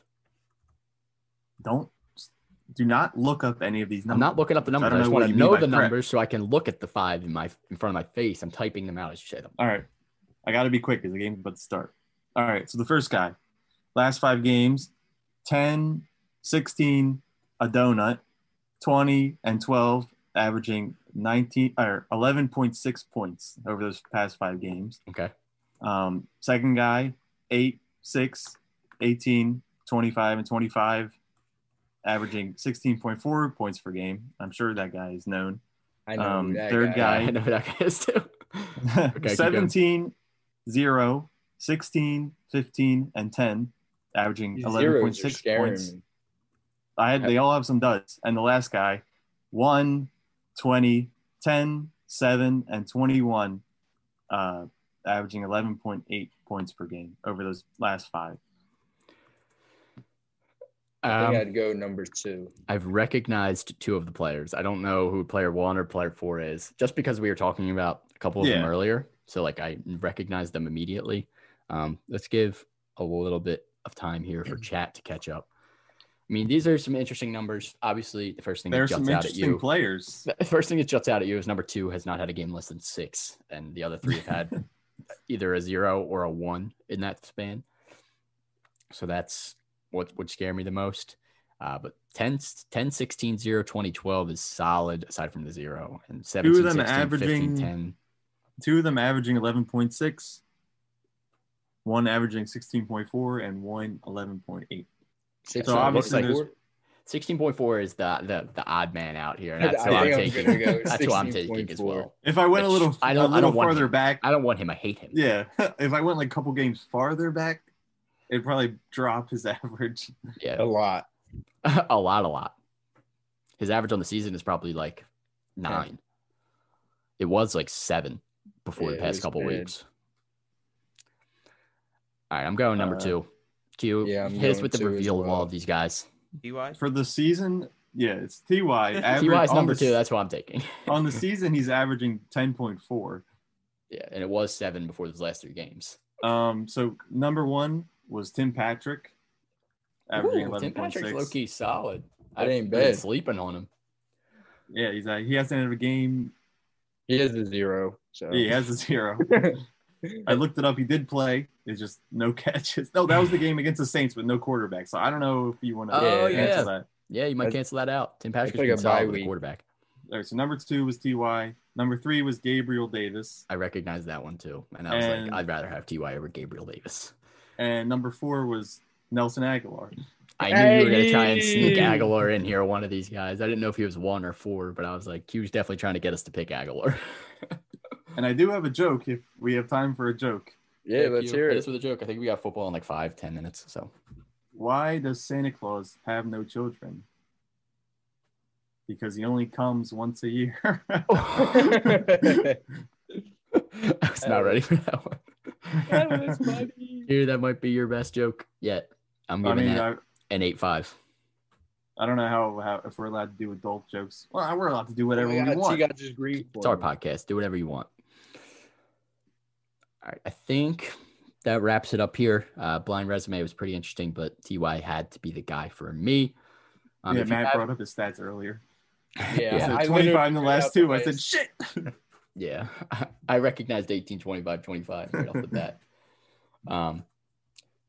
Speaker 4: Don't do not look up any of these numbers.
Speaker 1: I'm not looking up the
Speaker 4: I
Speaker 1: numbers. I,
Speaker 4: don't
Speaker 1: just
Speaker 4: know what
Speaker 1: want to
Speaker 4: you mean
Speaker 1: know
Speaker 4: by
Speaker 1: the
Speaker 4: prep.
Speaker 1: numbers so I can look at the five in my in front of my face. I'm typing them out as you say them.
Speaker 4: All right. I got to be quick because the game's about to start. All right. So the first guy, last five games 10, 16, a donut, 20, and 12, averaging 19 or 11.6 points over those past five games.
Speaker 1: Okay.
Speaker 4: Um, second guy, 8, 6, 18, 25, and 25, averaging 16.4 points per game. I'm sure that guy is known.
Speaker 3: I know.
Speaker 4: Um,
Speaker 3: that
Speaker 4: third
Speaker 1: Yeah,
Speaker 4: guy.
Speaker 1: I know who that guy is too. keep going.
Speaker 4: 17, 0, 16, 15, and 10, averaging
Speaker 3: These zeros are
Speaker 4: 11.6
Speaker 3: scaring
Speaker 4: points.
Speaker 3: me.
Speaker 4: I had, they all have some duds. And the last guy, 1, 20, 10, 7, and 21, uh, averaging 11.8 points per game over those last five.
Speaker 3: I think
Speaker 1: Um,
Speaker 3: I'd go number two.
Speaker 1: I've recognized two of the players. I don't know who player one or player four is, just because we were talking about a couple of them
Speaker 4: Yeah.
Speaker 1: earlier. So like I recognized them immediately. Um, let's give a little bit of time here for chat to catch up. I mean, these are some interesting numbers. Obviously, the first thing
Speaker 4: There are
Speaker 1: that
Speaker 4: some
Speaker 1: juts out at
Speaker 4: interesting
Speaker 1: you.
Speaker 4: players.
Speaker 1: the first thing that juts out at you is number two has not had a game less than six, and the other three have had either a zero or a one in that span. So that's what would scare me the most. Uh, but 10, 10, 16, 0, 20, 12 is solid aside from the zero. And 17,
Speaker 4: them
Speaker 1: 16, 15,
Speaker 4: averaging-
Speaker 1: 10.
Speaker 4: two of them averaging 11.6, one averaging 16.4, and one 11.8. So obviously there's-
Speaker 1: 16.4 is the, the the odd man out here. And
Speaker 3: I
Speaker 1: that's who
Speaker 3: think
Speaker 1: I'm
Speaker 3: I'm gonna
Speaker 1: taking.
Speaker 3: go
Speaker 1: That's who I'm taking as
Speaker 3: 16.4.
Speaker 1: well.
Speaker 4: If I went a
Speaker 1: Which
Speaker 4: little,
Speaker 1: I
Speaker 4: I
Speaker 1: don't-
Speaker 4: a
Speaker 1: I
Speaker 4: little
Speaker 1: don't want
Speaker 4: farther
Speaker 1: him.
Speaker 4: back,
Speaker 1: I don't want him. I hate him.
Speaker 4: yeah. if I went like a couple games farther back, it'd probably drop his average.
Speaker 1: Yeah.
Speaker 3: a lot.
Speaker 1: a lot, a lot. His average on the season is probably like nine. It was like seven before the
Speaker 3: Yeah, it
Speaker 1: past
Speaker 3: was
Speaker 1: couple
Speaker 3: bad.
Speaker 1: weeks. All right, I'm going number
Speaker 4: Uh,
Speaker 1: two. Q,
Speaker 3: yeah, I'm
Speaker 1: hit us
Speaker 3: going
Speaker 1: with the
Speaker 3: two as
Speaker 1: reveal of all
Speaker 3: well.
Speaker 1: of these guys.
Speaker 2: DY?
Speaker 4: For the season, yeah, it's Ty. average-
Speaker 1: TY's
Speaker 4: on
Speaker 1: number
Speaker 4: the-
Speaker 1: two. That's who I'm taking.
Speaker 4: on the season, he's averaging 10.4.
Speaker 1: yeah, and it was seven before those last three games.
Speaker 4: Um, so number one was Tim Patrick, averaging
Speaker 1: Ooh, Tim Patrick's
Speaker 4: 11.6.
Speaker 1: low key solid.
Speaker 3: That ain't
Speaker 1: I've Been
Speaker 3: bad.
Speaker 1: sleeping on him.
Speaker 4: Yeah, he's uh, he hasn't had a game.
Speaker 3: He is a zero.
Speaker 1: Oh.
Speaker 3: So
Speaker 4: He has a zero. I looked it up. He did play. It's just no catches. No, that was the game against the Saints with no quarterback. So I don't know if you want to
Speaker 1: Oh,
Speaker 4: answer
Speaker 1: yeah.
Speaker 4: that.
Speaker 1: Yeah, you might
Speaker 3: That's-
Speaker 1: cancel that out. Tim Patrick's
Speaker 3: like
Speaker 1: been
Speaker 3: a
Speaker 1: solid
Speaker 3: bye
Speaker 1: with a
Speaker 3: week.
Speaker 1: quarterback.
Speaker 4: All right. So number two was Ty. Number three was Gabriel Davis,
Speaker 1: I recognize that one too. And I was
Speaker 4: And-
Speaker 1: like, I'd rather have TY over Gabriel Davis.
Speaker 4: and number four was Nelson Aguilar.
Speaker 1: I knew you were gonna try and sneak
Speaker 3: Hey!
Speaker 1: Aguilar in here, one of these guys. I didn't know if he was one or four, but I was like, Q's definitely trying to get us to pick Aguilar.
Speaker 4: And I do have a joke if we have time for a joke.
Speaker 3: yeah, let's hear
Speaker 1: This
Speaker 3: it.
Speaker 1: was a joke. I think we got football in like five, ten minutes. So
Speaker 4: Why does Santa Claus have no children? Because he only comes once a year.
Speaker 1: I was not ready for that one. Here, that might be your best joke yet. I'm
Speaker 4: I
Speaker 1: giving
Speaker 4: mean,
Speaker 1: that
Speaker 4: I,
Speaker 1: an eight five.
Speaker 4: I don't know how, how if we're allowed to do adult jokes. Well, we're allowed to do whatever we
Speaker 3: She
Speaker 4: want.
Speaker 3: got just grief.
Speaker 1: It's our podcast. Do whatever you want. All right. I think that wraps it up here. Uh, blind resume was pretty interesting, but TY had to be the guy for me. Um,
Speaker 4: yeah,
Speaker 1: if you
Speaker 4: Matt
Speaker 1: have-
Speaker 4: brought up his stats earlier.
Speaker 3: Yeah,
Speaker 1: Yeah.
Speaker 4: I said
Speaker 3: I
Speaker 4: 25 in the
Speaker 3: literally
Speaker 4: last
Speaker 3: out the
Speaker 4: two. I said,
Speaker 3: list.
Speaker 4: shit.
Speaker 1: Yeah, I recognized 18, 25, 25 right off the bat. Um,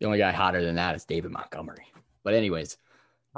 Speaker 1: the only guy hotter than that is David Montgomery. But anyways,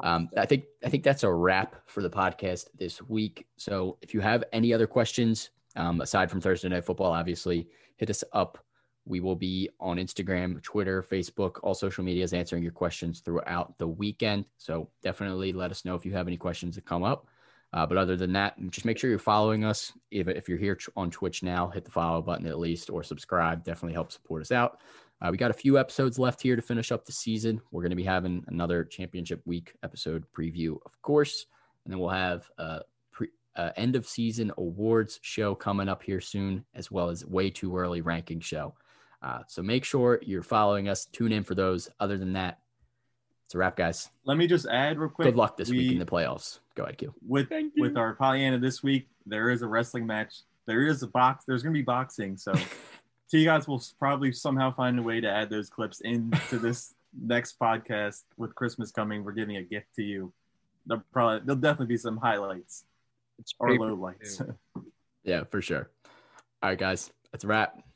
Speaker 1: um, I think I think that's a wrap for the podcast this week. So if you have any other questions um, aside from Thursday Night Football, obviously hit us up. We will be on Instagram, Twitter, Facebook, all social medias answering your questions throughout the weekend. So definitely let us know if you have any questions that come up. Uh, but other than that, just make sure you're following us. If, if you're here tr- on Twitch now, hit the follow button at least or subscribe. Definitely help support us out. Uh, we got a few episodes left here to finish up the season. We're going to be having another championship week episode preview, of course. And then we'll have a pre, uh, end of season awards show coming up here soon, as well as way too early ranking show. Uh, so make sure you're following us. Tune in for those. Other than that, it's a wrap, guys.
Speaker 4: Let me just add real quick.
Speaker 1: Good luck this week
Speaker 4: we-
Speaker 1: in the playoffs. Go ahead, Q.
Speaker 4: with
Speaker 3: Thank
Speaker 4: with our Pollyanna this week. There is a wrestling match. There is a box. There's gonna be boxing. So T guys will probably somehow find a way to add those clips into this next podcast. With Christmas coming, we're giving a gift to you. There'll probably there'll definitely be some highlights
Speaker 3: It's
Speaker 4: or
Speaker 3: paper.
Speaker 4: lowlights.
Speaker 1: Yeah, for sure. All right, guys, that's a wrap.